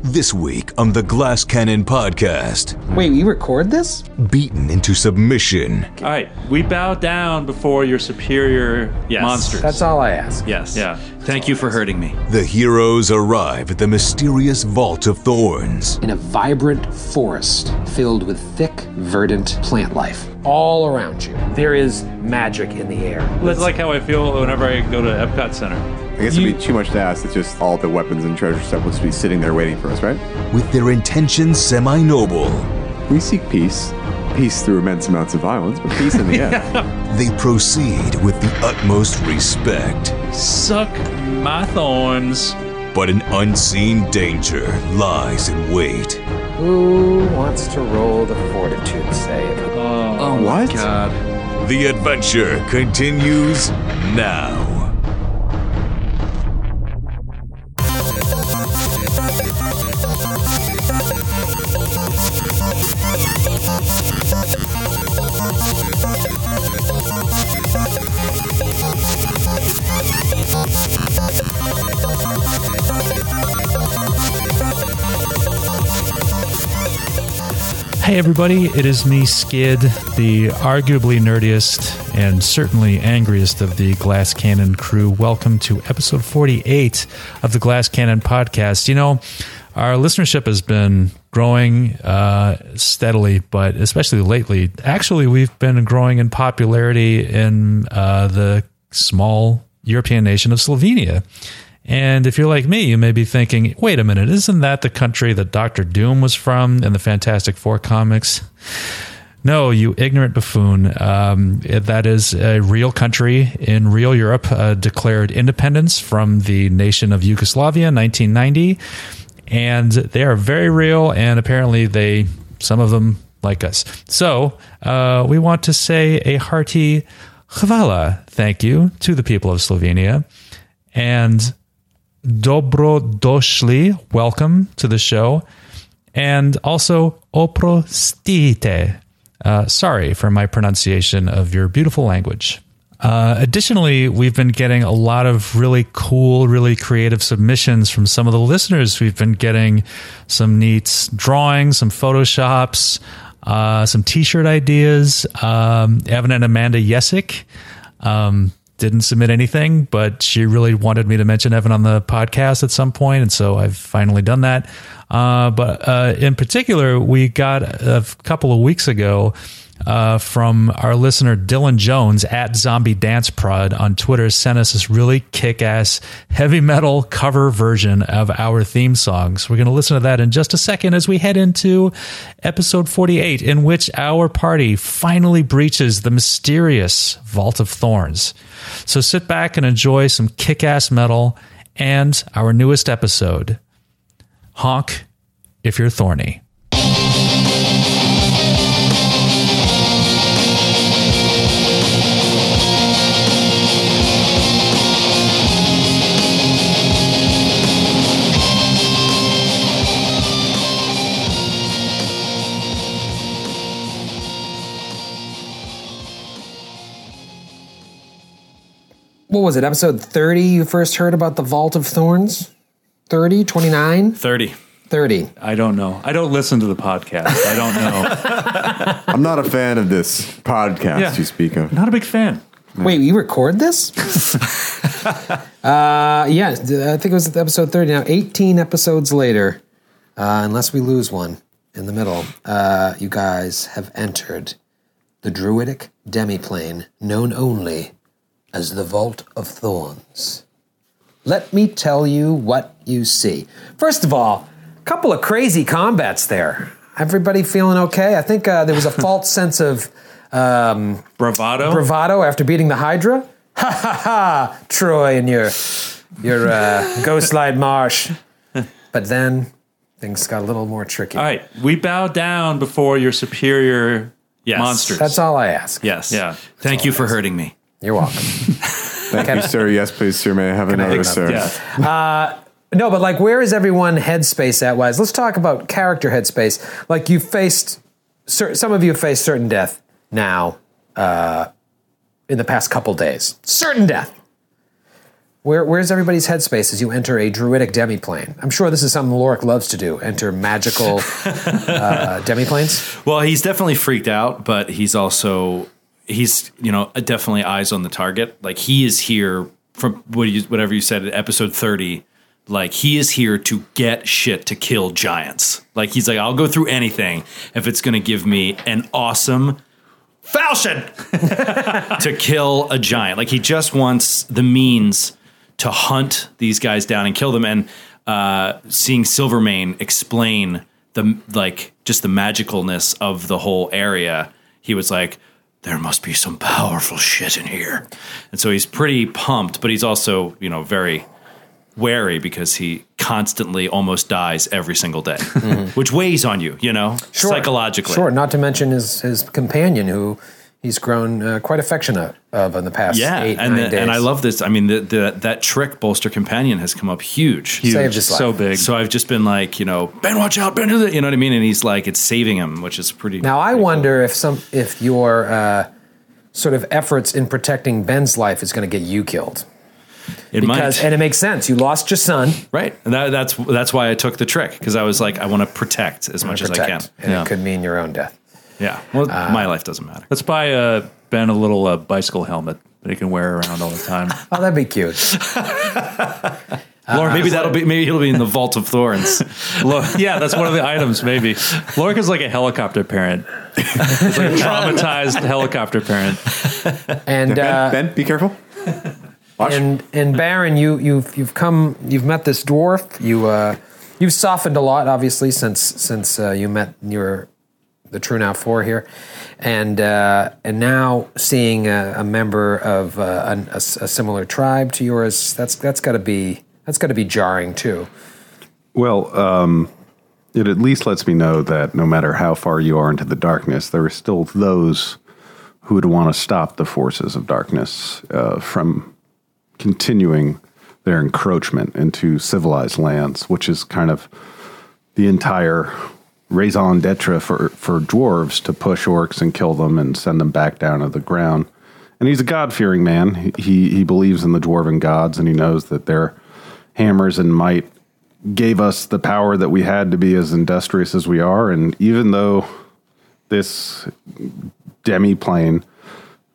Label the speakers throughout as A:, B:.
A: This week on the Glass Cannon podcast,
B: Wait, we record this?
A: beaten into submission.
C: All right, we bow down before your superior
D: Yes.
C: monsters.
B: That's all I ask.
D: Yes.
C: Yeah.
D: Thank you for hurting me.
A: The heroes arrive at the mysterious Vault of Thorns.
B: In a vibrant forest filled with thick, verdant plant life all around you. There is magic in the air.
C: That's like how I feel whenever I go to Epcot Center.
E: I guess it'd be too much to ask that just all the weapons and treasure stuff would just be sitting there waiting for us, right?
A: With their intentions semi noble,
E: We seek peace. Peace through immense amounts of violence, but peace in the end.
A: they proceed with the utmost respect.
C: Suck my thorns.
A: But an unseen danger lies in wait.
B: Who wants to roll the fortitude save?
D: Oh,
E: my What?
D: God.
A: The adventure continues now.
F: Hey everybody, it is me, Skid, the arguably nerdiest and certainly angriest of the Glass Cannon crew. Welcome to episode 48 of the Glass Cannon podcast. You know, our listenership has been growing uh, steadily, but especially lately. Actually, we've been growing in popularity in uh, the small European nation of Slovenia. And if you're like me, you may be thinking, wait a minute, isn't that the country that Doctor Doom was from in the Fantastic Four comics? No, you ignorant buffoon. Um, it- that is a real country in real Europe, uh, declared independence from the nation of Yugoslavia in 1990. And they are very real, and apparently they, some of them like us. So uh, we want to say a hearty hvala, thank you, to the people of Slovenia. And Dobro došli, welcome to the show, and also oprostite. Uh, sorry for my pronunciation of your beautiful language. Uh, additionally, we've been getting a lot of really cool, really creative submissions from some of the listeners. We've been getting some neat drawings, some photoshops, uh, some t-shirt ideas. Um, Evan and Amanda Yesick um, didn't submit anything, but she really wanted me to mention Evan on the podcast at some point, and so I've finally done that. Uh, but uh, in particular, we got a couple of weeks ago uh, from our listener Dylan Jones at Zombie Dance Prod on Twitter sent us this really kick ass heavy metal cover version of our theme songs. We're going to listen to that in just a second as we head into episode 48, in which our party finally breaches the mysterious Vault of Thorns. So sit back and enjoy some kick ass metal and our newest episode Honk if you're thorny.
B: What was it, episode 30 you first heard about the Vault of Thorns? 30, 29,
C: 30.
B: 30.
F: Uh,
C: I don't know. I don't listen to the podcast. I don't know.
E: I'm not a fan of this podcast
C: Yeah.
E: you speak of.
C: Not a big fan.
B: Wait, you record this? uh, yeah, th- I think it was episode 30. Now, 18 episodes later, uh, unless we lose one in the middle, uh, you guys have entered the druidic demiplane known only as the Vault of Thorns. Let me tell you what you see. First of all, a couple of crazy combats there. Everybody feeling okay? I think uh, there was a false sense of um,
C: Bravado.
B: bravado after beating the Hydra? Ha ha ha! Troy and your your uh, ghost light marsh. But then things got a little more tricky.
C: all right, we bow down before your superior
D: Yes.
C: monsters.
B: That's all I ask.
D: Yes.
C: Yeah.
D: Thank you for hurting me.
B: You're welcome.
E: Thank you, sir. Yes, please, sir. May I have
B: I
E: another,
B: have
E: sir?
C: yeah.
B: No, but like, where is everyone headspace at wise? Let's talk about character headspace. Like, you faced cer- some of you have faced certain death now uh, in the past couple days. Certain death. Where, where's everybody's headspace as you enter a druidic demiplane? I'm sure this is something Lorik loves to do enter magical uh, demiplanes.
C: Well, he's definitely freaked out, but he's also he's you know definitely eyes on the target. Like he is here from what you, whatever you said at episode thirty. Like he is here to get shit to kill giants. Like he's like I'll go through anything if it's going to give me an awesome falchion to kill a giant. Like he just wants the means to hunt these guys down and kill them. And uh, seeing Silvermane explain the like just the magicalness of the whole area, he was like, "There must be some powerful shit in here." And so he's pretty pumped, but he's also you know very wary because he constantly almost dies every single day, which weighs on you, you know, psychologically.
B: Mm-hmm. Sure, not to mention his, his companion who he's grown uh, quite affectionate of in the past
C: Yeah,
B: eight,
C: and
B: nine
C: the-
B: days.
C: and I love this. I mean, the, the, that trick bolster companion has come up huge.
B: Saved
C: Huge.
B: his life.
F: So big.
C: So I've just been like, you know, Ben, watch out, Ben, do that. You know what I mean? And he's like, it's saving him, which is pretty.
B: Now I wonder if some if your uh, sort of efforts in protecting Ben's life is going to get you killed
C: it
B: because
C: might,
B: and it makes sense. You lost your son.
C: right? And that, that's that's why I took the trick because I was like, I want to protect as much as I can.
B: protect, and
C: yeah.
B: it could Uh, mean your own death.
C: yeah. Well, my life doesn't matter.
F: Let's buy uh, Ben a little uh, bicycle helmet that he can wear around all the time.
B: Oh, that'd be cute.
C: Lauren, maybe that'll be maybe he'll be in the vault of thorns.
F: Lo- yeah, that's one of the items, maybe. Lorca's like a helicopter parent. He's like a traumatized helicopter parent.
B: And uh,
E: ben, ben, be careful.
B: and and Baron, you you've you've come you've met this dwarf. You uh, you've softened a lot, obviously, since since uh, you met your the True Now Four here, and uh, and now seeing a, a member of uh, an, a, s- a similar tribe to yours, that's that's got to be that's got to be jarring too.
G: Well, um, it at least lets me know that no matter how far you are into the darkness, there are still those who would want to stop the forces of darkness uh, from continuing their encroachment into civilized lands, which is kind of the entire raison d'etre for, for dwarves to push orcs and kill them and send them back down to the ground. And he's a God fearing man. He, he, he believes in the dwarven gods and he knows that their hammers and might gave us the power that we had to be as industrious as we are. And even though this demi plane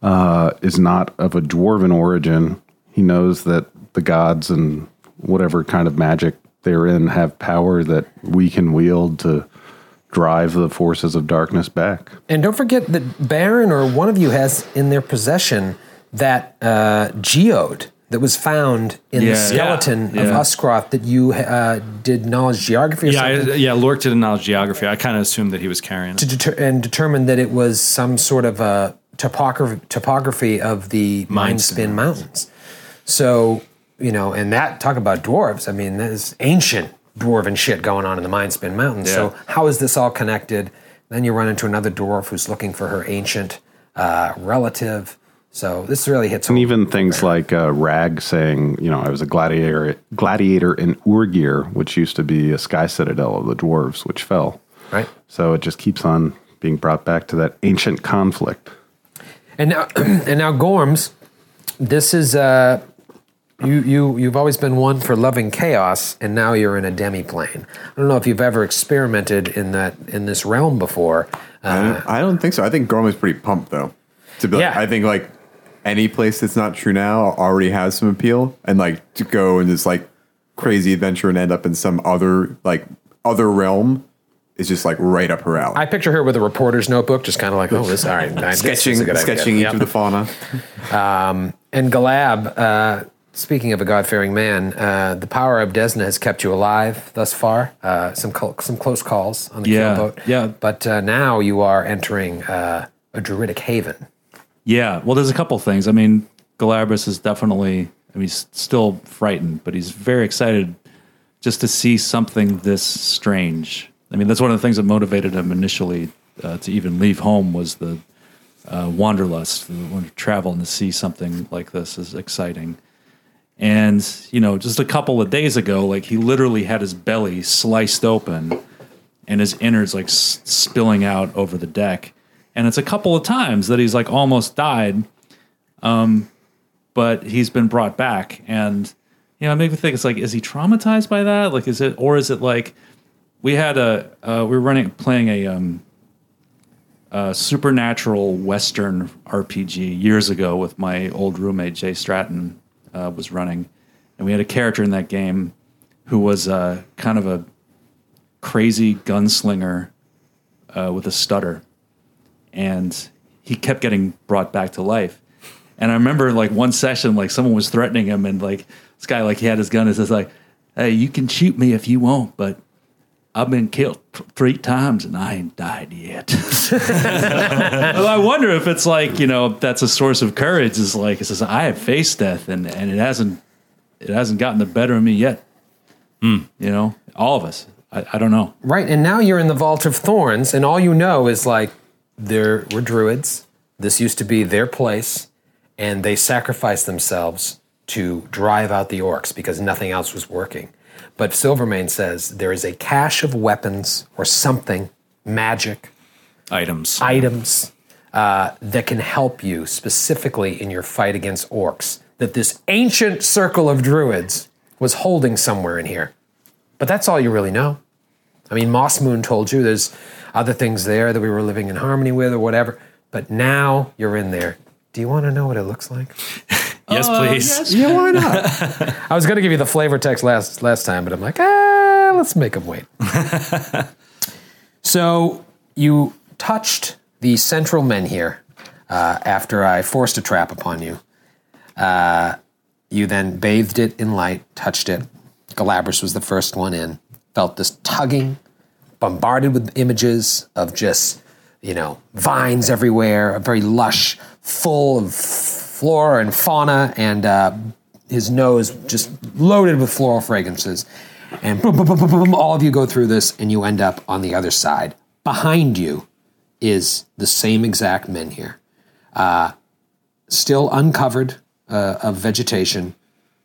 G: uh, is not of a dwarven origin, he knows that the gods and whatever kind of magic they're in have power that we can wield to drive the forces of darkness back.
B: And don't forget that Baron or one of you has in their possession that uh, geode that was found in
F: Yeah.
B: the skeleton
C: Yeah.
B: of
C: Yeah.
B: Uscroft that you uh, did knowledge geography or
C: Yeah, I,
B: something.
C: yeah. Lork did a knowledge geography. I kind of assumed that he was carrying. It.
B: to deter- and determined that it was some sort of a topography, topography of the Mindspin Mountains. So, you know, and that, talk about dwarves. I mean, there's ancient dwarven shit going on in the Mindspin Mountains. So, how is this all connected? Then you run into another dwarf who's looking for her ancient uh, relative. So, this really hits home.
G: And even things like uh, Rag saying, you know, I was a gladiator, gladiator in Urgir, which used to be a sky citadel of the dwarves, which fell.
B: right?
G: So it just keeps on being brought back to that ancient conflict.
B: And now, and now, Gorms, this is uh, you you you've always been one for loving chaos, and now you're in a demiplane. I don't know if you've ever experimented in that in this realm before. Uh,
E: I don't, I don't think so. I think Gorm is pretty pumped though. To be like,
B: Yeah.
E: I think like any place that's not true now already has some appeal, and like to go in this like crazy adventure and end up in some other like other realm is just like right up her alley.
B: I picture her with a reporter's notebook, just kind of like, oh, this all right, this is
E: sketching,
B: a good idea.
E: sketching each
B: Yep.
E: of the fauna.
B: And Galab, uh, speaking of a God fearing man, uh, the power of Desna has kept you alive thus far. Uh, some cl- some close calls on the
F: Yeah,
B: boat.
F: yeah.
B: But uh, now you are entering uh, a druidic haven.
F: Yeah. Well, there's a couple things. I mean, Galabras is definitely, I mean, he's still frightened, but he's very excited just to see something this strange. I mean, that's one of the things that motivated him initially uh, to even leave home was the uh, wanderlust, the want to travel and to see something like this is exciting. And, you know, just a couple of days ago, like he literally had his belly sliced open and his innards like s- spilling out over the deck. And it's a couple of times that he's like almost died, um, but he's been brought back. And you know, it made me think. It's like, is he traumatized by that? Like, is it, or is it like we had a uh, we were running playing a um, a supernatural western RPG years ago with my old roommate Jay Stratton uh, was running, and we had a character in that game who was uh, kind of a crazy gunslinger uh, with a stutter, and he kept getting brought back to life. And I remember like one session, like someone was threatening him, and like this guy, like he had his gun, and says like, "Hey, you can shoot me if you want, but I've been killed th- three times and I ain't died yet." well, I wonder if it's like you know that's a source of courage. Is like it says I have faced death and and it hasn't it hasn't gotten the better of me yet.
C: Hmm.
F: You know, all of us. I, I don't know.
B: Right, and now you're in the Vault of Thorns, and all you know is like there were druids. This used to be their place, and they sacrificed themselves to drive out the orcs because nothing else was working. But Silvermane says there is a cache of weapons or something, magic,
C: Items.
B: items uh, that can help you specifically in your fight against orcs that this ancient circle of druids was holding somewhere in here. But that's all you really know. I mean, Moss Moon told you there's other things there that we were living in harmony with or whatever, but now you're in there. Do you want to know what it looks like?
C: yes, please.
B: Yeah, why not? I was going to give you the flavor text last last time, but I'm like, ah, let's make them wait. so you touched the central men here uh, after I forced a trap upon you. Uh, you then bathed it in light, touched it. Galabras was the first one in. Felt this tugging, bombarded with images of just you know vines everywhere, a very lush, full of flora and fauna, and uh, his nose just loaded with floral fragrances. And boom, boom, boom, boom, boom, boom, all of you go through this, and you end up on the other side. Behind you is the same exact men here, uh, still uncovered uh, of vegetation,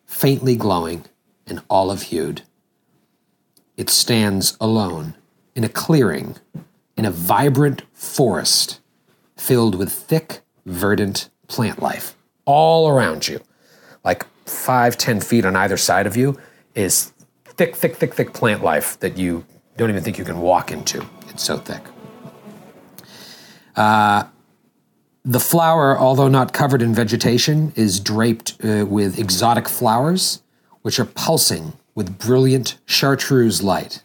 B: faintly glowing and olive hued. It stands alone in a clearing in a vibrant forest filled with thick, verdant plant life all around you. Like five, ten feet on either side of you is thick, thick, thick, thick plant life that you don't even think you can walk into. It's so thick. The flower, although not covered in vegetation, is draped uh, with exotic flowers, which are pulsing with brilliant chartreuse light.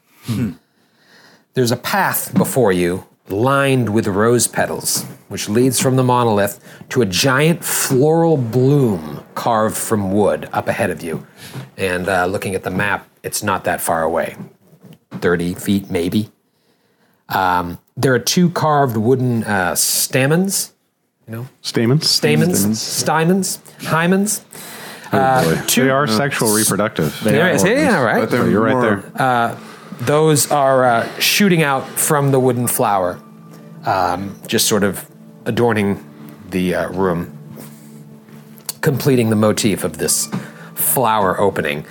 B: There's a path before you lined with rose petals, which leads from the monolith to a giant floral bloom carved from wood up ahead of you. And uh, looking at the map, it's not that far away 30 feet, maybe. Um, there are two carved wooden uh, stamens
G: Stamens?
B: stamens, stamens, hymens.
G: Oh, boy. they are sexual reproductive. Oh,
B: There it is. Yeah, yeah, right.
E: But they're
G: You're right
E: more-
G: there.
B: Those are uh, shooting out from the wooden flower, um, just sort of adorning the uh, room, completing the motif of this flower opening.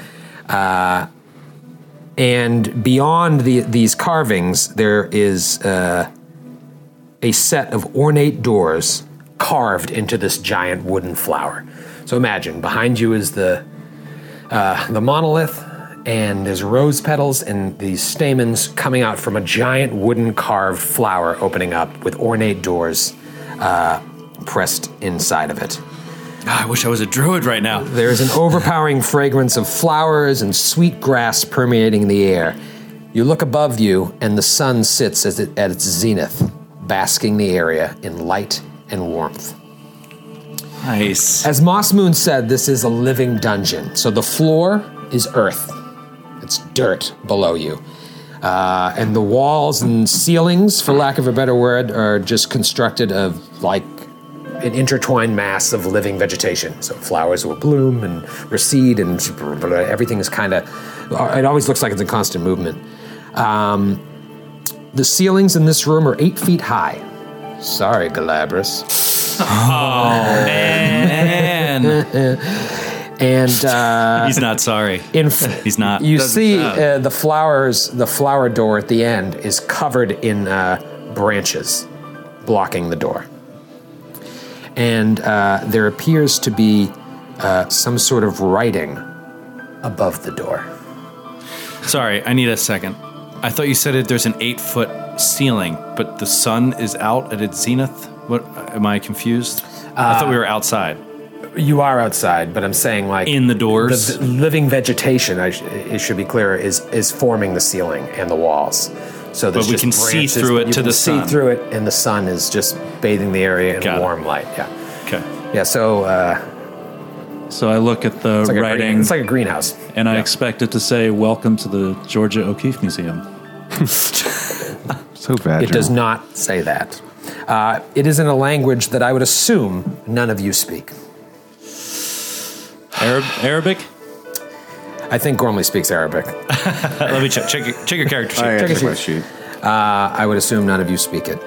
B: Uh, and beyond the, these carvings, there is uh, a set of ornate doors carved into this giant wooden flower. So imagine behind you is the the monolith and there's rose petals and these stamens coming out from a giant wooden carved flower opening up with ornate doors uh, pressed inside of it.
C: Ah, I wish I was a druid right now.
B: There is an overpowering fragrance of flowers and sweet grass permeating the air. You look above you, and the sun sits as it, at its zenith, basking the area in light and warmth.
C: Nice.
B: As Moss Moon said, this is a living dungeon. So the floor is earth, it's dirt below you. Uh, and the walls and ceilings, for lack of a better word, are just constructed of like an intertwined mass of living vegetation. So flowers will bloom and recede, and blah, blah, blah. everything is kind of, it always looks like it's in constant movement. Um, the ceilings in this room are eight feet high. Sorry, Galabras.
C: And
B: And uh,
C: he's not sorry.
B: in f-
C: He's not.
B: You see uh, the flowers, the flower door at the end is covered in uh, branches blocking the door. And uh, there appears to be uh, some sort of writing above the door.
C: Sorry, I need a second. I thought you said it, there's an eight foot ceiling, but the sun is out at its zenith. What am I confused? I thought we were outside
B: You are outside, but I'm saying like
C: in the
B: the
C: doors.
B: v- living vegetation. I sh- it should be clear is is forming the ceiling and the walls. So there's
C: But we
B: just
C: can see
B: branches-
C: through it
B: you
C: to
B: can
C: the
B: see
C: sun.
B: through it, and the sun is just bathing the area in
C: Got it.
B: warm light. Yeah,
C: okay.
B: yeah. So uh,
F: So I look at the
B: it's, like a green,
F: writing
B: it's like a greenhouse.
F: and I expect it to say, Welcome to the Georgia O'Keeffe Museum.
G: So vaginal.
B: It does not say that. Uh, it is in a language that I would assume none of you speak.
F: Arab- Arabic?
B: I think Gormley speaks Arabic.
C: Uh, let me check. Check your, check your character sheet.
E: I
B: Check
E: gotta
B: it,
E: Oh, check my
B: check
E: sheet.
B: I would assume none of you speak it.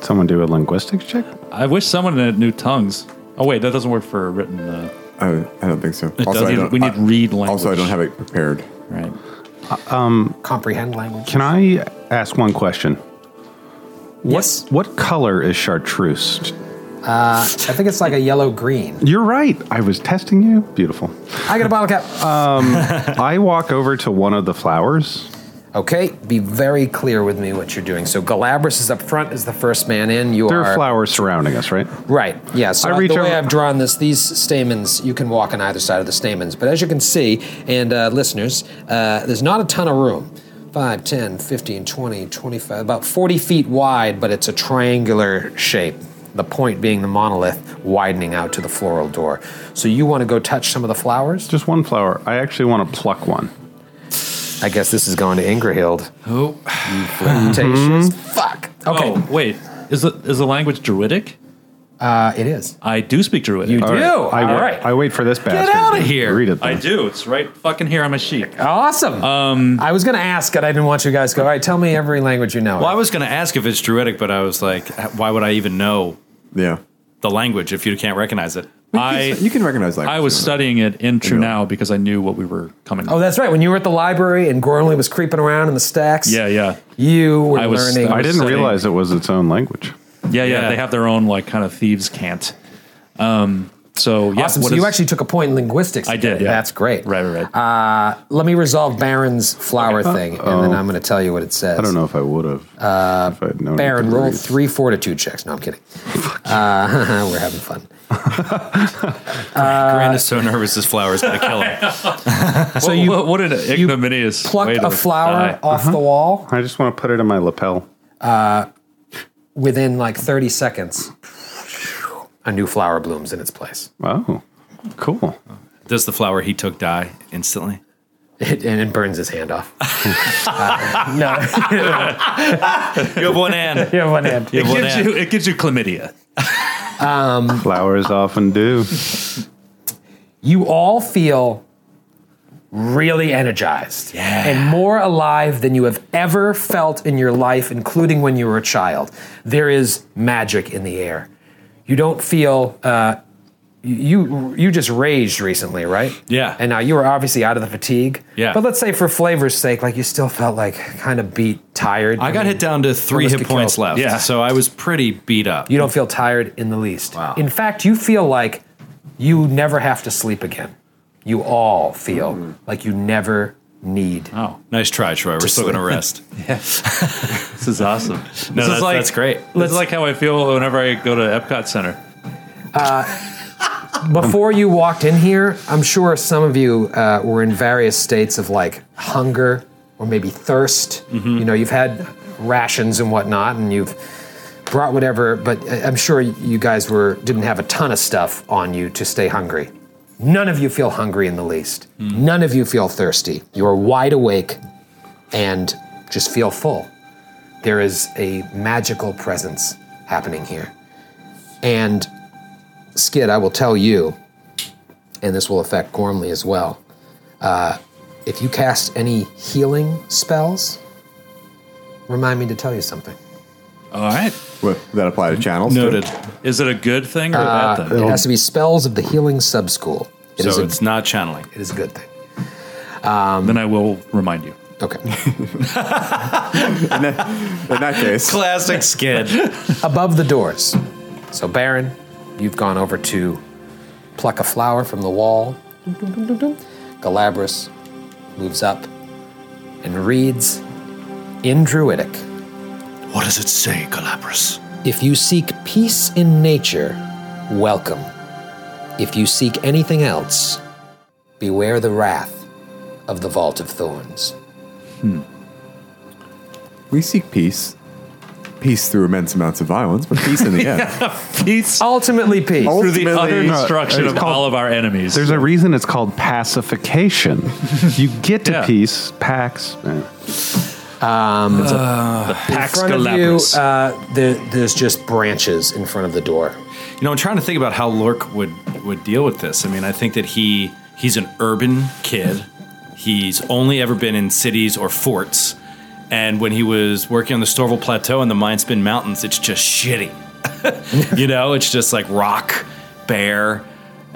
G: Someone do a linguistics check.
F: I wish someone that knew tongues. Oh, wait, that doesn't work for written. Uh,
E: Uh, I don't think so. also,
F: does-
E: I don't,
F: we need
E: I-
F: read language.
E: Also, I don't have it prepared.
F: right.
B: Comprehend language.
G: Can I ask one question?
B: Yes.
G: What color is chartreuse?
B: I think it's like a yellow green.
G: You're right. I was testing you. Beautiful.
B: I got a bottle cap. Uh,
G: I walk over to one of the flowers.
B: Okay, be very clear with me what you're doing. So Galabras is up front as the first man in. You
G: There
B: are
G: are flowers surrounding us, right?
B: right. Yeah. So
G: I
B: I
G: reach
B: the way
G: over-
B: I've drawn this, these stamens, you can walk on either side of the stamens. But as you can see, and uh, listeners, uh, there's not a ton of room. 5, 10, 15, 20, 25, about 40 feet wide, but it's a triangular shape. The point being the monolith widening out to the floral door. So you want to go touch some of the flowers?
G: Just one flower. I actually want to pluck one.
B: I guess this is going to Ingrahild. Oh. You flirtatious. Fuck. Okay.
F: Oh, wait. Is the, is the language Druidic?
B: Uh, it is.
F: I do speak Druidic.
B: You do.
G: I,
B: Oh, All
G: wa-
B: right.
G: I wait for this bastard.
C: outta
G: to
C: here.
G: Read it.
F: I
G: then.
F: do. It's right fucking here on my sheet.
B: awesome. I was going to ask, and I didn't want you guys to go, all right, tell me every language you know.
C: Well, I was going to ask if it's druidic, but I was like, why would I even know
E: Yeah.
C: the language if you can't recognize it?
F: I,
E: You can recognize that.
F: I was studying it in True Now because I knew what we were coming
B: oh, that's right. When you were at the library and Gormley was creeping around in the stacks,
F: Yeah, yeah.
B: you were
F: I was-
B: learning.
F: I
G: I didn't
F: Setting.
G: realize it was its own language.
F: Yeah, yeah,
C: Yeah.
F: They have their own like kind of thieves' cant. Um, so yeah,
B: awesome.
F: what
B: So you
F: is-
B: actually took a point in linguistics.
F: I did.
B: today.
F: Yeah.
B: That's great.
F: Right, right, right.
B: Let me resolve Baron's flower thing, and then I'm going to tell you what it says.
G: Uh, I don't know if I would have. Uh, if I'd known
B: Baron,
G: it to
B: roll
G: read.
B: three fortitude checks. No, I'm kidding. Uh, we're having fun.
C: Grand is so nervous this flower is going to kill him.
F: so you what, what an ignominious way
B: Plucked
F: to
B: a flower
F: die.
B: off
G: Uh-huh.
B: the wall
G: I just want to put it in my lapel.
B: within like 30 seconds. A new flower blooms in its place.
G: Oh, cool.
C: Does the flower he took die instantly?
B: It, and it burns his hand off. Uh, no,
C: You have one hand.
B: you have one hand.
C: You have
F: It
C: one
F: gives
C: hand.
F: you it gives you chlamydia.
G: Flowers often do.
B: You all feel really energized and more alive than you have ever felt in your life, including when you were a child. There is magic in the air. You don't feel. Uh, you you just raged recently, right?
C: Yeah.
B: And now you were obviously out of the fatigue.
C: Yeah.
B: But let's say for flavor's sake, like you still felt like kind of beat, tired.
C: I got
B: mean,
C: hit down to three
B: almost
C: hit
B: get
C: points
B: killed.
C: left.
F: Yeah.
C: So I was pretty beat up.
B: You don't feel tired in the least.
C: Wow.
B: In fact, you feel like you never have to sleep again. You all feel like you never need.
C: Nice try, Troy. We're still going to rest.
F: This is awesome. this
C: that's-
F: is like
C: that's great.
F: This is like how I feel whenever I go to Epcot Center.
B: Before you walked in here, I'm sure some of you uh, were in various states of like hunger or maybe thirst. You know, you've had rations and whatnot, and you've brought whatever. But I- I'm sure you guys were didn't have a ton of stuff on you to stay hungry. None of you feel hungry in the least. None of you feel thirsty. You are wide awake and just feel full. There is a magical presence happening here. And Skid, I will tell you, and this will affect Gormley as well. Uh, if you cast any healing spells, remind me to tell you something.
F: All right.
E: What, does that apply to channels?
C: Noted.
F: Is it a good thing or a bad thing?
B: It has to be spells of the healing subschool. It is
C: So
B: a,
C: it's not channeling.
B: it is a good thing.
F: then I will remind you.
B: Okay.
E: In that case,
C: Classic skid.
B: above the doors. So, Baron, you've gone over to pluck a flower from the wall. Galabras moves up and reads in Druidic
H: What does it say, Galabras?
B: If you seek peace in nature, welcome. If you seek anything else, beware the wrath of the Vault of Thorns.
E: We seek peace. Peace through immense amounts of violence, but peace in the end.
F: Peace
B: Ultimately, peace.
F: through the utter
E: Ultimately-
F: destruction of all of our enemies.
G: There's a reason it's called pacification. you get to
F: Yeah.
G: peace, pax. eh.
F: Pax
B: in front of you,
F: Galabras.
B: uh, there, there's just branches in front of the door.
C: You know, I'm trying to think about how Lork would would deal with this. I mean, I think that he he's an urban kid. He's only ever been in cities or forts. And when he was working on the Storval Plateau and the Mindspin Mountains, it's just shitty. you know, it's just like rock, bear.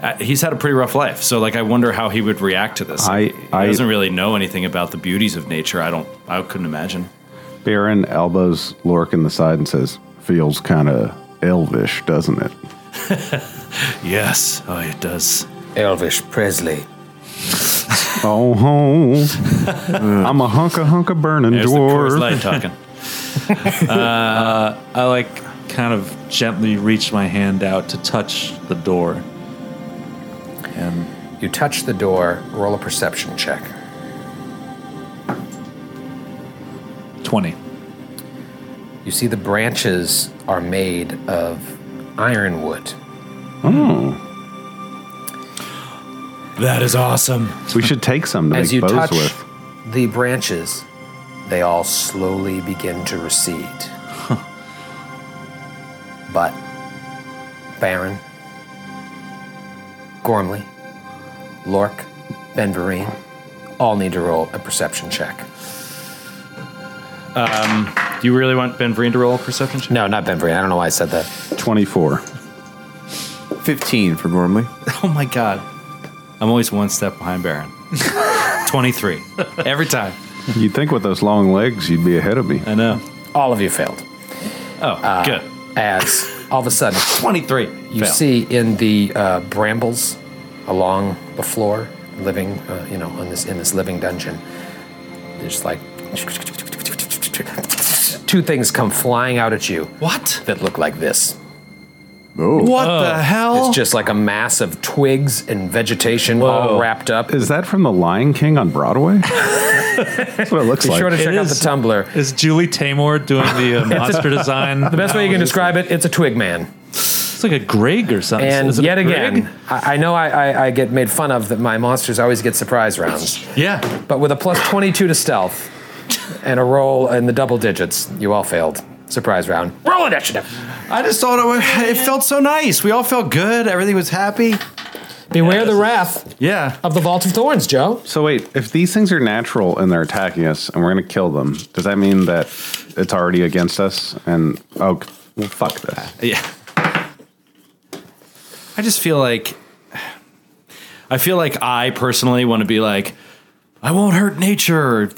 C: Uh, he's had a pretty rough life. So, like, I wonder how he would react to this.
G: I- I-
C: he doesn't really know anything about the beauties of nature. I don't. I couldn't imagine.
G: Baron elbows Lork in the side and says, "Feels kind of elvish, doesn't it?"
C: Yes. Oh, it does.
B: Elvish Presley.
G: Oh, ho. I'm a hunka hunka burning
C: There's the Coors
G: dwarf.
C: Light talking.
F: I like kind of gently reach my hand out to touch the door. And
B: You touch the door, roll a perception check.
F: 20.
B: You see the branches are made of ironwood.
C: That is awesome.
G: We should take some to
B: As you
G: make bows
B: touch
G: with.
B: the branches, they all slowly begin to recede. but, Baron, Gormley, Lork, Benverine, all need to roll a perception check.
C: Do you really want Ben Vereen to roll a perception check?
B: No, not Benverine. I don't know why I said that.
G: 24.
E: 15 for Gormley.
C: Oh my god. I'm always one step behind Baron. 23. Every time.
G: You'd think with those long legs, you'd be ahead of me.
C: I know.
B: All of you failed.
C: Oh, good.
B: As all of a sudden,
C: 23.
B: You see in the uh, brambles along the floor, living, uh, you know, on this in this living dungeon. There's like two things come flying out at you. What? That look like this.
E: Oh.
C: What the hell?
B: It's just like a mass of twigs and vegetation all wrapped up.
G: Is that from The Lion King on Broadway? That's what it looks
B: Be
G: like.
B: sure to check out
F: is-
B: the Tumblr.
F: Is Julie Taymor doing the uh, monster design?
B: The best way you can describe it, it's a twig man.
F: It's like a Greg or something.
B: And
F: Is it a
B: yet again,
F: Greg?
B: I, I know I, I, I get made fun of that my monsters always get surprise rounds.
C: Yeah.
B: But with a plus 22 to stealth and a roll in the double digits, you all failed. Surprise round. Roll initiative.
C: I just thought it, wa- it felt so nice. We all felt good. Everything was happy.
B: Beware the wrath
C: Yeah.
B: of the Vault of Thorns, Joe.
G: So wait, if these things are natural and they're attacking us and we're going to kill them, does that mean that it's already against us? And oh, well, fuck this.
C: Yeah. I just feel like I feel like I personally want to be like I won't hurt nature.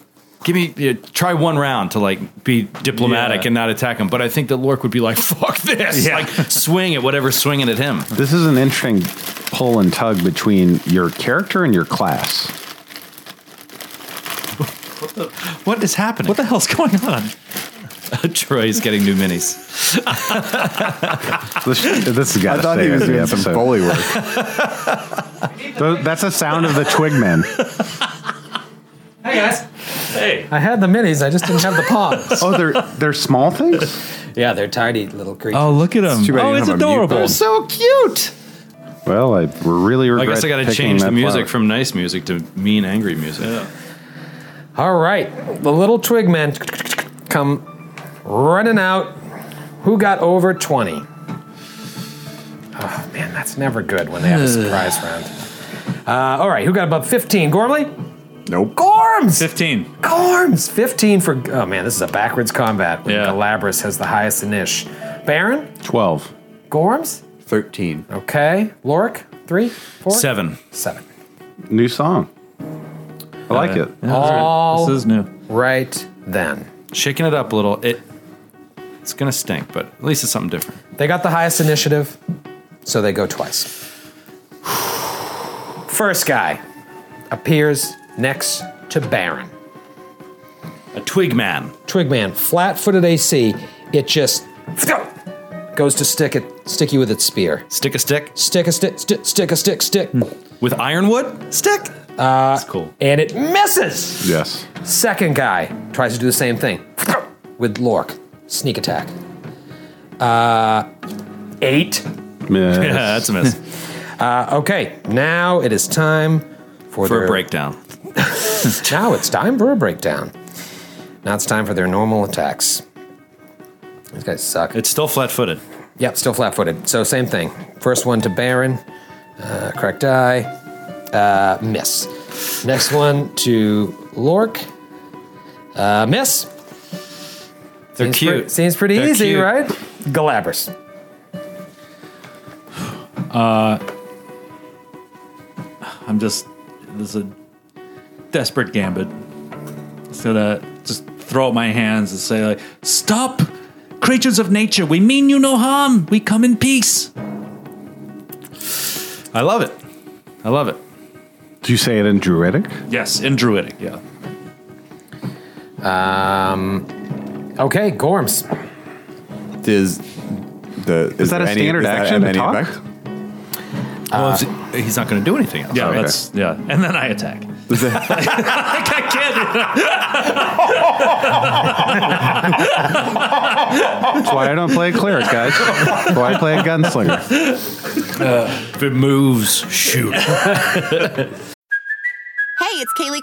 C: Give me yeah, try one round to like be diplomatic
F: Yeah.
C: and not attack him. But I think that Lork would be like fuck this.
F: Yeah.
C: Like swing at whatever's swinging at him.
G: This is an interesting pull and tug between your character and your class.
C: What is happening?
F: What the hell's going on?
C: Troy's getting new minis.
G: This, this has got
E: I
G: to
E: thought
G: stay
E: he was
G: in the
E: doing some
G: episode.
E: Foley work.
G: Th- That's the sound of the twig man.
B: I had the minis, I just didn't have the paws.
G: Oh, they're they're small things.
B: yeah, they're tiny little creatures.
F: Oh, look at him.
E: too bad
F: oh,
E: you don't
F: it's
E: have a mute
F: adorable.
E: button.
C: So cute.
G: Well, I really
C: I
G: regret.
C: guess I got to
G: picking
C: change the
G: that
C: music
G: flower.
C: from nice music to mean angry music.
B: Oh. All right. The little twig men come running out. Who got over 20? Oh, man, that's never good when they have a surprise round. Uh, all right, who got above 15? Gormley?
E: Nope.
B: Gorms!
F: 15.
B: Gorms! 15 for. Oh man, this is a backwards combat. When
F: Yeah.
B: Galabras has the highest inish. Baron?
G: twelve.
B: Gorms?
E: 13.
B: Okay. Lorik? Three? Four?
C: Seven.
B: Seven.
G: New song. I like
C: Uh,
G: it.
B: All
F: This is new.
B: right then.
C: Shaking it up a little. It it's gonna stink, but at least it's something different.
B: They got the highest initiative, so they go twice. First guy, appears next to Baron.
C: A twig man.
B: Twigman, flat-footed AC, it just goes to stick it, stick you with its spear.
C: Stick a stick.
B: Stick a stick, stick, stick a stick, stick,
C: Hmm. With ironwood? Stick. Uh, That's cool.
B: and it misses.
G: Yes.
B: Second guy tries to do the same thing with Lork, sneak attack. Uh, eight. Uh,
C: Yeah, that's a miss.
B: Okay, now it is time for,
C: For
B: their,
C: a breakdown.
B: Now it's time for a breakdown. Now it's time for their normal attacks. These guys suck.
C: It's still flat footed.
B: Yep, still flat footed. So, same thing. First one to Baron, uh, correct die, uh, miss. Next one to Lork, uh, miss.
C: They're
B: Seems
C: cute.
B: pre- seems pretty
C: They're
B: easy,
C: cute.
B: right? Galabras.
F: I'm just this is a desperate gambit. It's gonna just throw up my hands and say like, "Stop, creatures of nature! We mean you no harm. We come in peace."
C: I love it. I love it.
G: Do you say it in Druidic?
F: Yes, in druidic. Yeah.
E: Oh,
B: Okay, Gorms.
E: Does the is,
G: that
E: there
G: a
E: any-
G: standard
E: does that
G: action
E: have
G: to
E: any
G: talk?
E: effect?
C: Well, if- he's not going to do anything else. Oh,
F: Yeah, that's yeah. And then I attack. I can't.
G: That's why I don't play a cleric, guys. That's why I play a gunslinger.
C: If it moves, shoot.
I: Hey, it's Kaylee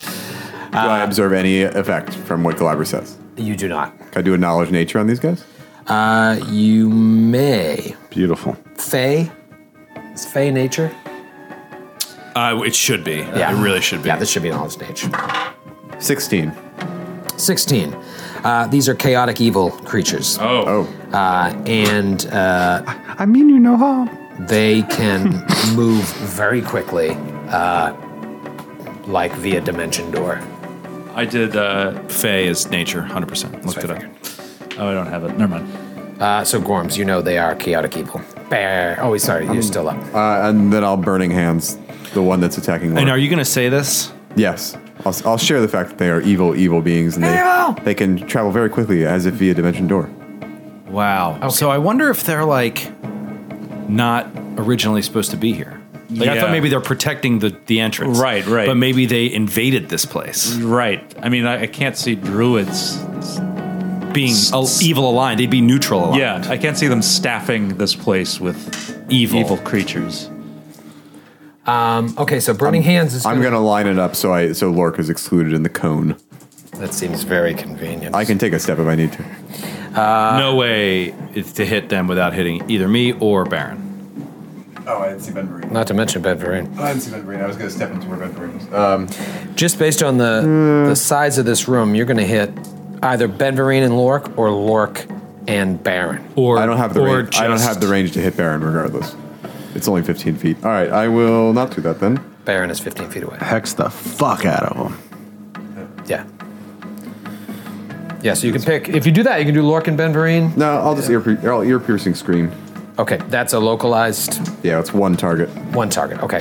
E: Do
G: Uh,
E: I observe any effect from what Galabra says?
B: You do not.
E: Can I do a knowledge nature on these guys?
B: Uh, you may.
G: Beautiful.
B: Fey? Is Fey nature?
C: Uh, it should be. It really should be.
B: Yeah, this should be knowledge nature.
E: Sixteen.
B: 16. Uh, these are chaotic evil creatures. Oh. Uh, and uh,
G: I mean you no harm.
B: they can move very quickly, uh, like via dimension door.
F: I did. Uh,
C: Fey is nature, 100%. Looked it up.
F: oh, I don't have it. Never mind.
B: Uh, so, Gorms, you know they are chaotic evil. Bear. Oh, wait, sorry, you're still up.
E: Uh, and then I'll burning hands the one that's attacking. Lord.
C: And are you going to say this?
E: Yes. I'll, I'll share the fact that they are evil, evil beings, and they, they can travel very quickly as if via dimension door.
C: Wow. So I wonder if they're like not originally supposed to be here. Like I thought
F: Yeah.
C: maybe they're protecting the, the entrance.
F: Right, right. Mm.
C: But maybe they invaded this place.
F: Right. I mean, I, I can't see druids.
C: Being al- evil aligned, they'd be neutral aligned.
F: Yeah, I can't see them staffing this place with
C: Evil.
F: evil creatures.
B: Okay, so Burning Hands is.
E: I'm gonna line it up so I so Lork is excluded in the cone.
B: That seems very convenient.
E: I can take a step if I need to.
C: no way is to hit them without hitting either me or Baron.
E: Oh, I didn't see Ben Vereen.
B: Not to mention Bedvarin.
E: I didn't see Ben Vereen. I was gonna step into where Ben Vereen was.
B: Just based on the
E: Hmm.
B: the size of this room, you're going to hit either Bedvarin and Lork or Lork and Baron.
C: Or
E: I don't have the
C: or
E: range. I don't
C: just-
E: have the range to hit Baron regardless. It's only 15 feet. All right, I will not do that then.
B: Baron is 15 feet away.
G: Hex the fuck out of them.
B: Yeah. Yeah, so you can pick. If you do that, you can do Lork and Benverine.
E: No, I'll just ear, pier- I'll ear piercing scream.
B: Okay, that's a localized
E: Yeah, it's one target.
B: one target. Okay.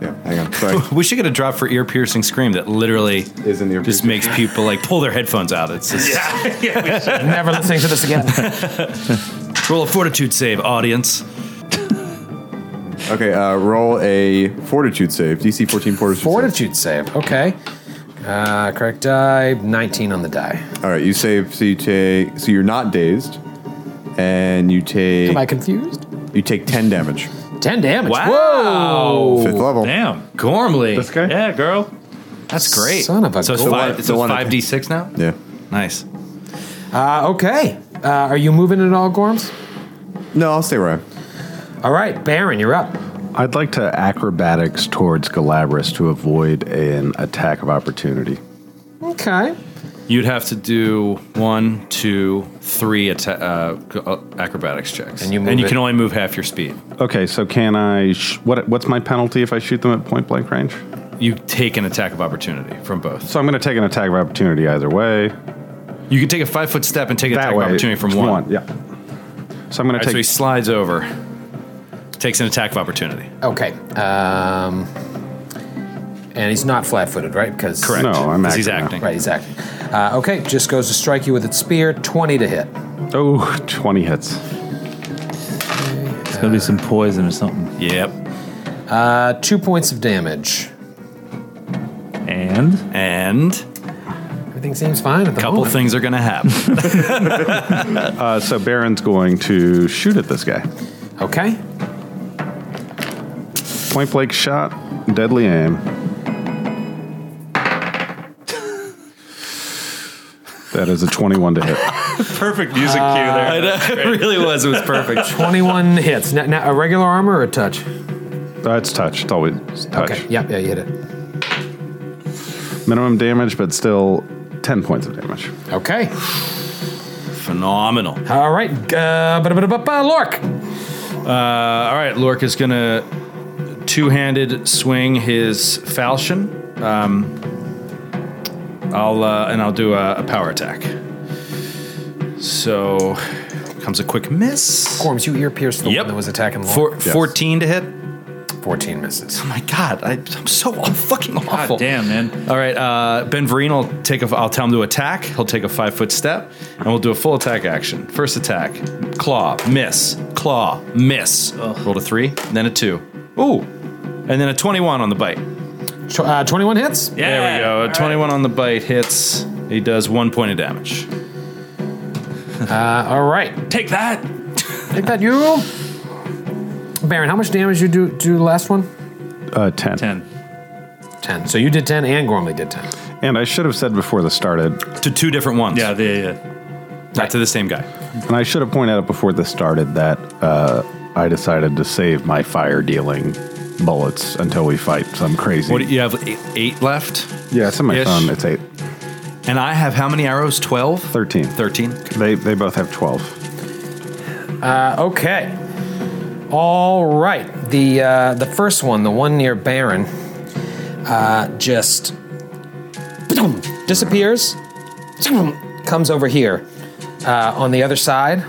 E: Yeah, hang on. Sorry.
C: We should get a drop for ear piercing scream that literally
E: Is an ear
C: just
E: piercing.
C: makes people like pull their headphones out. It's just
B: Never listening to this again.
C: roll a fortitude save, audience.
E: okay, uh, roll a fortitude save. DC 14 fortitude.
B: Fortitude save. Okay. Uh, correct die. 19 on the die.
E: Save. All right, you save. So you take. So you're not dazed, and you take.
B: Am I confused?
E: You take 10 damage.
B: 10 damage.
C: Wow.
B: Whoa.
E: Fifth level.
F: Damn.
C: Gormley.
G: This guy?
F: Yeah, girl.
C: That's great.
B: Son of a
C: so it's
B: gun.
C: five,
E: The
C: so
E: one-
C: it's five d six now.
E: Yeah.
C: Nice.
B: Uh, okay. Uh, are you moving at all, Gorms?
E: No, I'll stay where I am.
B: All right, Baron, you're up.
G: I'd like to acrobatics towards Galabras to avoid an attack of opportunity.
B: Okay.
C: You'd have to do one, two, three atta- uh, c- uh, acrobatics checks,
B: And you move it-
C: can only move half your speed.
G: Okay, so can I? Sh- what What's my penalty if I shoot them at point blank range?
C: You take an attack of opportunity from both.
G: So I'm going to take an attack of opportunity either way.
C: You can take a five foot step and take an
G: that
C: attack
G: way,
C: of opportunity from
G: it's
C: one.
G: Yeah. So I'm going
C: All right,
G: to
C: so he
G: take.
C: slides over, takes an attack of opportunity.
B: Okay. Um, and he's not flat footed, right? Because
C: Correct.
G: No, I'm
C: 'Cause he's
G: acting
C: acting.
B: Right, he's acting. Uh, okay, just goes to strike you with its spear. 20 to hit.
G: oh, 20 hits.
F: It's gonna be some poison or something.
C: Yep.
B: Uh, two points of damage.
F: And
C: And
B: Everything seems fine at the
C: a couple
B: moment.
C: things are going to happen.
G: Uh, so Baron's going to shoot at this guy.
B: Okay.
G: Point blank shot, deadly aim. That is a 21 to hit.
F: perfect music cue there.
C: it really was. It was perfect.
B: 21 hits. Now, now, a regular armor or a touch?
G: That's touch. Uh, It's always touch.
B: Okay. Yep, yeah, you hit it.
G: Minimum damage, but still 10 points of damage.
B: Okay.
C: Phenomenal.
B: All right. Uh, ba-da-ba-da-ba-ba, Lork.
C: Uh, all right, Lork is gonna two-handed swing his falchion. Um, I'll uh, and I'll do a, a power attack. So comes a quick miss.
B: Gorms, you ear pierced the
C: Yep.
B: one that was attacking Lork.
C: Four, 14 to hit.
B: 14 misses.
C: My God, I, I'm so fucking awful.
F: God damn, man.
C: All right, uh, Ben Vereen will take a. I'll tell him to attack. He'll take a five foot step, and we'll do a full attack action. First attack, claw, miss, claw, miss. Roll a three, then a two. Ooh, and then a twenty-one on the bite.
B: Tw- uh, 21 hits?
F: Yeah.
C: there we go.
F: All
C: A
F: right.
C: twenty-one on the bite hits. He does one point of damage.
B: Uh, all right.
F: Take that.
B: Take that, you. Baron, how much damage you do do the last one?
G: Uh, 10.
F: Ten.
B: 10. So you did 10 and Gormley did 10.
G: And I should have said before this started,
C: To two different ones.
F: Yeah, yeah, yeah.
C: not to the same guy.
G: and I should have pointed out before this started that uh, I decided to save my fire dealing bullets until we fight some crazy.
C: What do you have? Eight, eight left,
G: yeah, it's in my
C: Ish.
G: phone. It's 8.
C: and I have how many arrows? Twelve.
G: 13.
C: Thirteen.
G: They, they both have 12.
B: Uh, okay. All right. The uh, the first one, the one near Baron, uh, just disappears, comes over here uh, on the other side,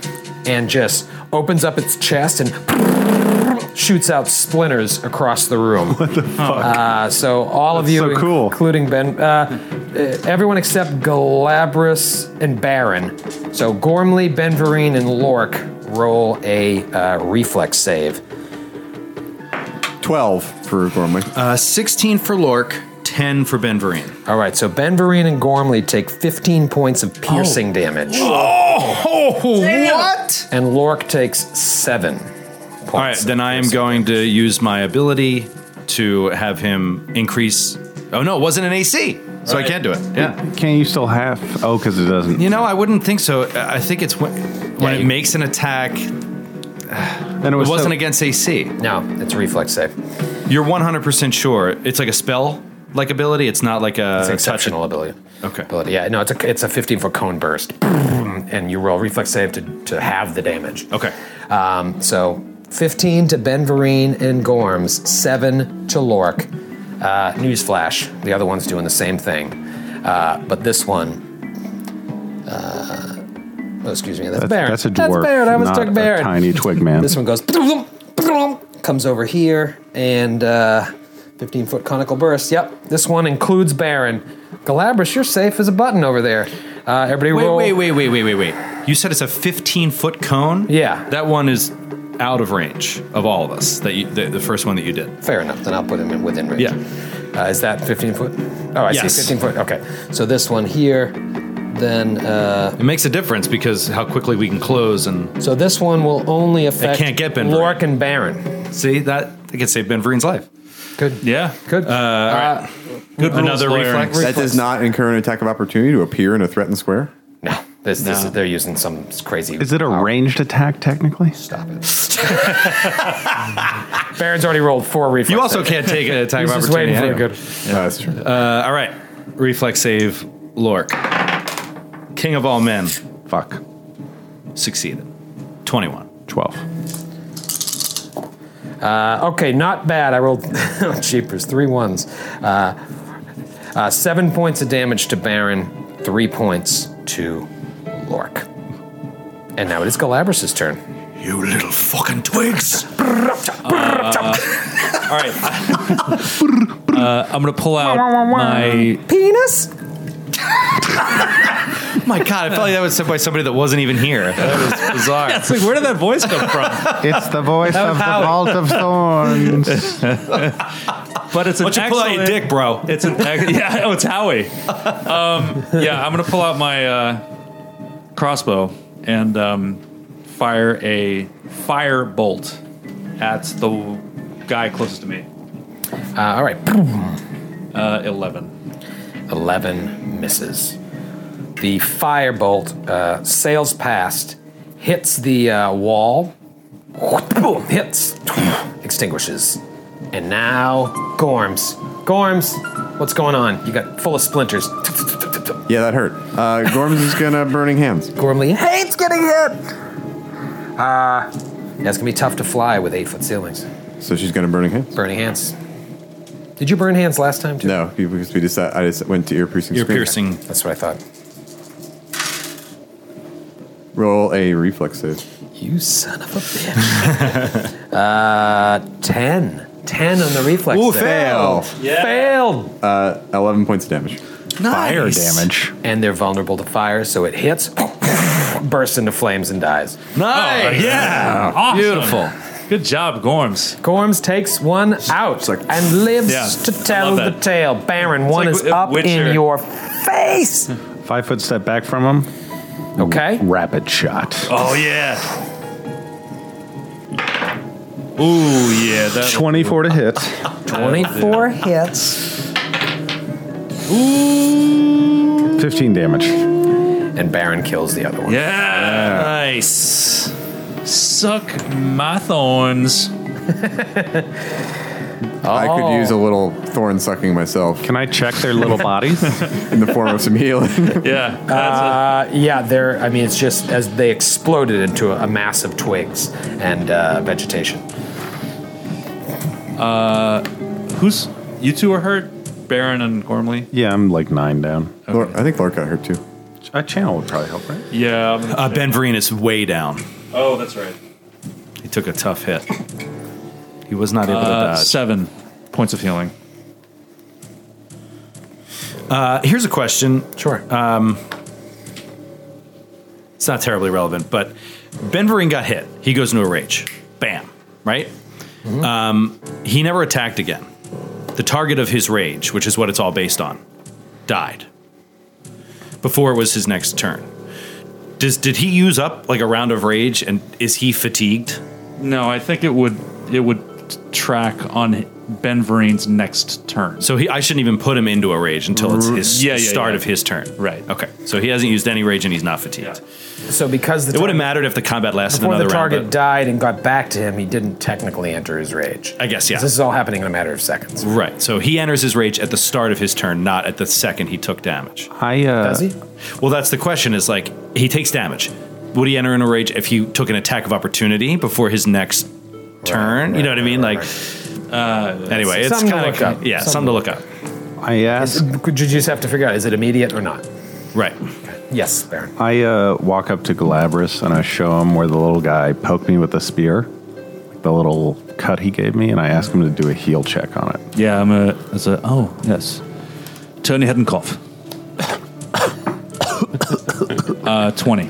B: and just opens up its chest and shoots out splinters across the room. What the fuck? Uh, so all of
G: That's
B: you,
G: so cool.
B: including Ben, uh, uh, everyone except Galabras and Baron. So Gormley, Benverine, and Lork roll a uh, reflex save.
E: 12 for Gormley.
C: Uh, Sixteen for Lork. Ten for Ben Vereen.
B: All right, so Benverine and Gormley take 15 points of piercing damage,
C: Oh, what?
B: and Lork takes seven. Points
C: All right, then I am going to use my ability to have him increase. Oh no, it wasn't an AC, so I can't do it. Yeah.
G: Can't you still have? Oh, because it doesn't.
C: You know, I wouldn't think so. I I think it's when, when
B: Yeah,
C: it
B: you-
C: makes an attack. It
G: and it was
C: wasn't
G: so-
C: against AC.
B: No, it's a reflex save.
C: Uh, You're 100% sure. It's like a spell like ability. It's not like a
B: It's an
C: touch.
B: exceptional ability.
C: Okay.
B: Ability. Yeah, no, it's a it's a 15 foot cone burst, and you roll reflex save to to have the damage.
C: Okay.
B: Um, so 15 to Ben Vereen and Gorms, 7 to Lork. Uh, newsflash, the other one's doing the same thing. Uh, but this one. Uh, oh, excuse me, that's,
G: That's,
B: Baron.
G: that's a dwarf.
B: That's Baron. I was
G: not
B: Doug
G: a
B: Baron.
G: Tiny twig man.
B: This one goes, comes over here, and uh, 15 foot conical burst. Yep, this one includes Baron. Galabras, you're safe as a button over there. Uh, everybody
C: Wait,
B: roll.
C: wait, wait, wait, wait, wait, wait. You said it's a 15 foot cone?
B: Yeah.
C: That one is out of range of all of us, That you, the, the first one that you did.
B: Fair enough. Then I'll put him in within range.
C: Yeah.
B: Uh, is that 15 foot? Oh, I
C: Yes.
B: see. 15 foot. Okay. So this one here, then. Uh,
C: It makes a difference because how quickly we can close and
B: so this one will only affect.
C: can't get Ben
B: Lork and Baron.
C: see that it could save Ben Vereen's life.
B: Good.
F: Yeah.
B: Good.
C: Uh,
B: Uh,
C: Good another
F: rules lawyer.
C: reflex.
E: That does not incur an attack of opportunity to appear in a threatened square.
B: no. This, this is, they're using some crazy.
G: Is it a ranged attack technically?
B: Stop it. Baron's already rolled four reflexes.
C: You also can't take uh, an attack
B: He's
C: of
B: just waiting
C: opportunity.
B: for a
C: anyway.
B: good.
E: That's true.
C: Uh, all right, reflex save, Lork, king of all men,
G: Fuck.
C: succeeded. Twenty-one.
G: 12.
B: Uh, okay, not bad. I rolled cheapers, three ones. Uh, uh, seven points of damage to Baron, three points to Lork. And now it is Galabras' turn.
H: You little fucking twigs.
C: All right. uh, I'm gonna pull out my
B: Penis?
C: my God, I felt like that was said by somebody that wasn't even here. That was bizarre. it's like, where did that voice come from?
G: It's the voice of the vault of thorns.
F: But it's an
C: Why don't you pull out your
F: excellent-
C: dick, bro?
F: It's an ex- yeah. Oh, it's Howie. Um, yeah, I'm gonna pull out my uh, crossbow and um, fire a fire bolt at the guy closest to me.
B: Uh, all right,
F: Uh, Eleven.
B: 11 misses. The firebolt uh, sails past, hits the uh, wall, boom, hits, extinguishes. And now, Gorms. Gorms, what's going on? You got full of splinters.
E: Yeah, that hurt. Uh, Gorms is gonna burning hands.
B: Gormley hates getting hit! Uh, that's gonna be tough to fly with eight foot ceilings.
E: So she's gonna burning hands.
B: Burning hands. Did you burn hands last time too?
E: No, because we just I just went to ear piercing.
C: You're
E: scream.
C: piercing.
B: That's what I thought.
E: Roll a reflex save.
B: You son of a bitch. uh, 10. 10 on the reflex.
E: Ooh,
B: save.
E: fail.
B: Failed.
E: Uh, Eleven points of damage.
G: Fire damage.
B: And they're vulnerable to fire, so it hits, bursts into flames, and dies.
C: Nice. yeah.
F: Oh, Awesome.
C: Beautiful.
F: Good job, Gorms.
B: Gorms takes one out and lives
F: Yeah,
B: to
F: I
B: tell
F: love
B: the
F: that.
B: tale. Baron, one
F: like
B: is
F: w-
B: up
F: Witcher.
B: in your face.
G: Five foot step back from him.
B: Okay.
G: Rapid shot.
F: Oh yeah. Ooh yeah. That
G: 24 to hit.
B: 24 hits.
G: 15 damage.
B: And Baron kills the other one.
F: Yeah. Nice. Suck my thorns.
E: I could use a little thorn sucking myself
G: Can I check their little bodies?
E: in the form of some healing.
F: Yeah.
B: Uh, yeah, they're, I mean, it's just as they exploded into a, a mass of twigs and uh, vegetation.
F: Uh, Who's you two are hurt? Baron and Gormley.
G: yeah, I'm like nine down.
E: Lor- I think Lord got hurt too.
G: A channel would probably help, right?
F: Yeah. I'm-
C: Uh, ben Vereen is way down.
F: oh, that's right.
C: He took a tough hit. He was not able
F: Uh,
C: to dodge.
F: seven points of healing.
C: Uh, here's a question. Um,
B: Sure.
C: It's not terribly relevant, but Ben Vereen got hit. He goes into a rage. Bam. Right? Um, he never attacked again. The target of his rage, which is what it's all based on, died before it was his next turn. Does, did he use up like a round of rage and is he fatigued?
F: No, I think it would it would track on Ben Vereen's next turn.
C: So he, I shouldn't even put him into a rage until it's his
F: Yeah, yeah,
C: start
F: yeah.
C: of his turn.
F: Right.
C: Okay. So he hasn't used any rage and he's not fatigued.
B: so because the
C: It would
B: target-
C: have mattered if the combat lasted
B: before
C: another
B: the target
C: round. but-
B: died and got back to him, he didn't technically enter his rage.
C: I guess, yeah.
B: This is all happening in a matter of seconds.
C: Right. So he enters his rage at the start of his turn, not at the second he took damage.
G: I, uh,
B: Does he?
C: Well, that's the question is like, he takes damage. Would he enter in a rage if he took an attack of opportunity before his next turn? you know what I mean? like, uh, anyway, it's
B: Something to
C: kind
B: look up.
C: of, yeah, something to look up.
G: I asked.
B: Uh, Could you just have to figure out is it immediate or not?
C: Right.
B: Yes, Baron.
G: I uh, walk up to Galabras and I show him where the little guy poked me with a spear, like the little cut he gave me, and I ask him to do a heal check on it.
F: Yeah, I'm a. That's a. Oh yes. Turn your head and cough. uh, Twenty.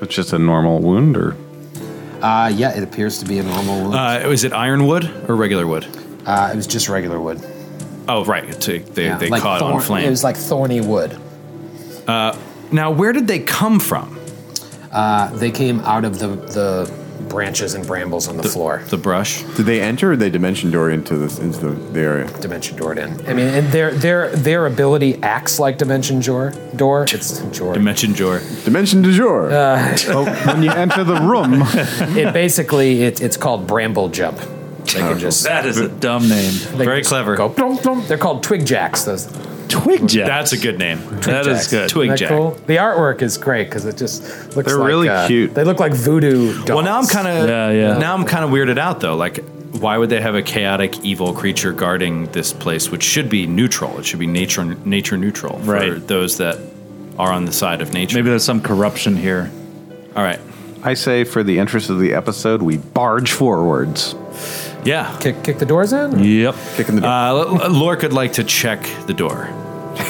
G: It's just a normal wound, or
B: Uh, yeah, it appears to be a normal wood. Uh,
C: Uh, is it ironwood or regular wood?
B: it was just regular wood.
C: Oh, right. It's a- they
B: Yeah,
C: they
B: like
C: caught it on
B: thorn- It
C: flame.
B: was like thorny wood. Uh,
C: now, where did they come from?
B: Uh, they came out of the the branches and brambles on the, floor.
C: The brush.
E: Did they enter? or Did they dimension door into this into the, the area?
B: Dimension door it in. I mean, and their their their ability acts like dimension door. Door. It's door.
C: Dimension Jor.
E: Dimension du jour.
G: Oh, when you enter the room,
B: it basically it, it's called bramble jump. They can just
F: That is a dumb name.
B: they
C: Very
B: just
C: clever.
B: Go, plonk, plonk. They're called twig jacks. Those
F: Twig Jack.
C: That's a good name.
F: That is good.
C: Twig
B: Isn't that
C: Jack.
B: cool? The artwork is great because it just looks.
G: They're
B: like,
G: really
B: uh,
G: cute.
B: They look like voodoo. Dolls.
C: Well, now I'm kind of
F: Yeah, yeah.
C: Now I'm kind of weirded out though. Like, why would they have a chaotic, evil creature guarding this place, which should be neutral? It should be nature nature neutral for
F: Right.
C: those that are on the side of nature.
F: Maybe there's some corruption here.
C: All right.
G: I say, for the interest of the episode, we barge forwards.
C: Yeah.
B: kick kick the doors in.
F: Yep.
E: Kicking the door.
C: Uh, L- L- Lore could like to check the door,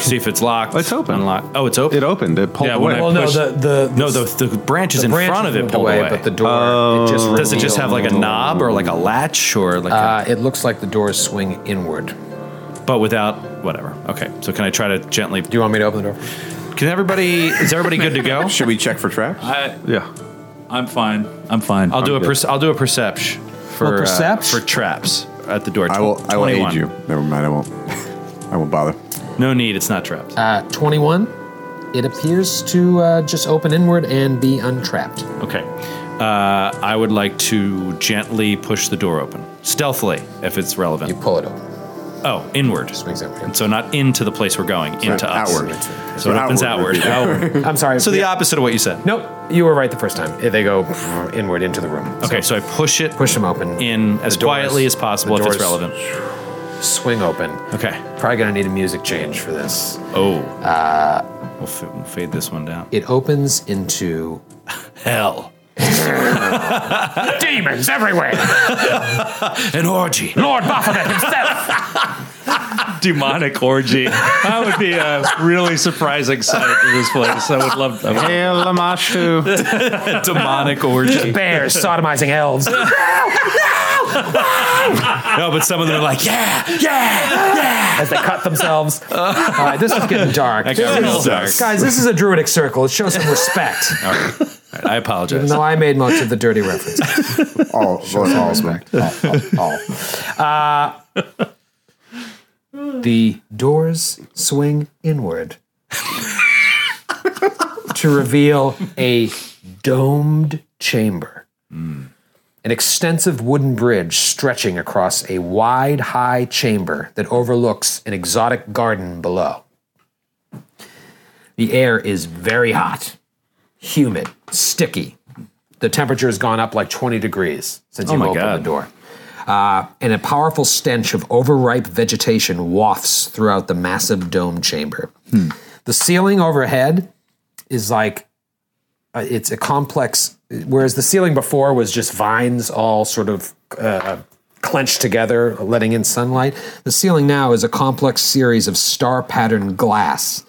C: see if it's locked.
G: It's open.
C: Unlocked. Oh, it's open.
G: It opened. It pulled
F: Yeah, when
G: away.
B: Well, no,
F: Push-
B: the the
C: no, the the branch is in
B: branch
C: front of it
B: moved
C: pulled away.
B: but the door. it
E: Oh.
B: just
C: Does it just have like a
B: revealed-
C: knob or like a latch or like? a-
B: Uh, it looks like the doors swing inward. Do
C: but without whatever. Okay. So can I try to gently?
B: you want me to open the door?
C: Can everybody? Is everybody good to go?
E: Should we check for traps?
F: I,
G: yeah.
F: I'm fine. I'm fine.
C: I'll do a
G: good.
C: perce- I'll do a perception for uh,
B: A percept?
C: for traps at the door.
E: I will. I will
C: 21.
E: aid you. Never mind. I won't. I won't bother.
C: No need. It's not traps.
B: Uh, Twenty-one. It appears to uh, just open inward and be untrapped.
C: okay. Uh, I would like to gently push the door open stealthily if it's relevant.
B: You pull it open.
C: oh, inward.
B: Swings outward.
C: So not into the place we're going, into us.
E: outward.
C: So it opens outward.
E: Outward.
C: outward.
B: I'm sorry.
C: So the
B: yeah.
C: opposite of what you said.
B: Nope, you were right the first time. They go inward into the room.
C: Okay, so I push it
B: Push them open.
C: in as
B: The doors-
C: quietly as possible
B: the
C: if it's
B: doors
C: relevant.
B: Swing open.
C: Okay.
B: Probably gonna need a music change for this.
C: Oh.
B: Uh,
C: we'll, f- we'll fade this one down.
B: It opens into
C: Hell.
B: demons everywhere.
C: An orgy.
B: Lord Baphomet himself.
F: demonic orgy. That would be a really surprising sight to this place. I would love that.
G: Hey, Lamashu.
C: Demonic orgy.
B: Bears sodomizing elves.
C: No, but some of them are like, yeah, yeah, yeah.
B: as they cut themselves. All right, this is getting dark.
C: That got real dark.
B: Guys, this is a druidic circle. It shows some respect.
C: I apologize.
B: No, I made most of the dirty references.
E: All, all, all back.
B: All. Uh, the doors swing inward to reveal a domed chamber. An extensive wooden bridge stretching across a wide, high chamber that overlooks an exotic garden below. The air is very hot, humid, sticky. The temperature has gone up like 20 degrees since you
C: Oh my
B: opened
C: God.
B: the door. Uh, and a powerful stench of overripe vegetation wafts throughout the massive dome chamber.
C: Hmm.
B: The ceiling overhead is like uh, it's a complex. Whereas the ceiling before was just vines all sort of uh, clenched together, letting in sunlight. The ceiling now is a complex series of star patterned glass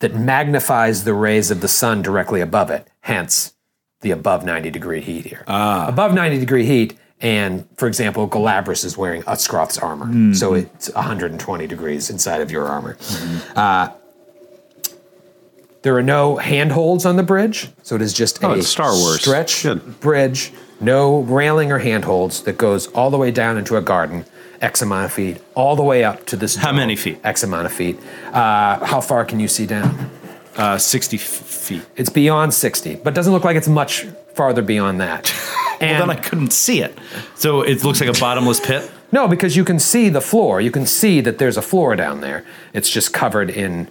B: that magnifies the rays of the sun directly above it. Hence, the above 90 degree heat here.
G: Ah.
B: Above 90 degree heat. And for example, Galabras is wearing Utscroft's armor.
G: Hmm.
B: So it's 120 degrees inside of your armor.
G: Hmm.
B: Uh, There are no handholds on the bridge, so it is just
G: Oh,
B: a
G: it's Star Wars.
B: stretch
G: Good.
B: bridge, no railing or handholds that goes all the way down into a garden, X amount of feet, all the way up to this.
C: How many feet?
B: X amount of feet. Uh, how far can you see down?
C: Uh, 60 f- feet.
B: It's beyond 60, but doesn't look like it's much farther beyond that. And
C: Well, then I couldn't see it. So it looks like a bottomless pit.
B: no, because you can see the floor. You can see that there's a floor down there. It's just covered in,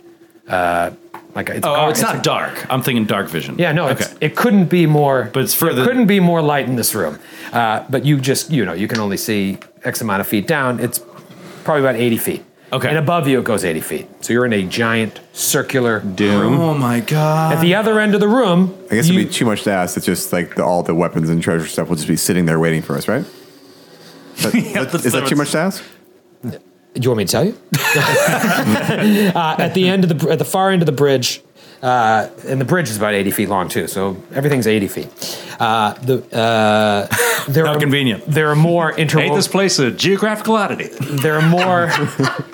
B: uh, like it's,
C: Oh,
B: gar-
C: it's not dark. I'm thinking dark vision.
B: Yeah, no,
C: Okay.
B: it's, it couldn't be more.
C: But it's further-
B: It couldn't be more light in this room. Uh, but you just, you know, you can only see X amount of feet down. It's probably about eighty feet.
C: Okay.
B: And above you, it goes eighty feet. So you're in a giant circular.
C: oh my god.
B: At the other end of the room,
E: I guess it'd be too much to ask. It's just like the, all the weapons and treasure stuff will just be sitting there waiting for us, right? That- that- is that too much to ask?
B: Do you want me to tell you? uh, at the end of the at the far end of the bridge, uh, and the bridge is about eighty feet long too, so everything's eighty feet. Uh, the uh, there
C: How
B: are,
C: convenient.
B: There are more
F: Ain't
B: interwoven
F: this place a geographical oddity?
B: there are more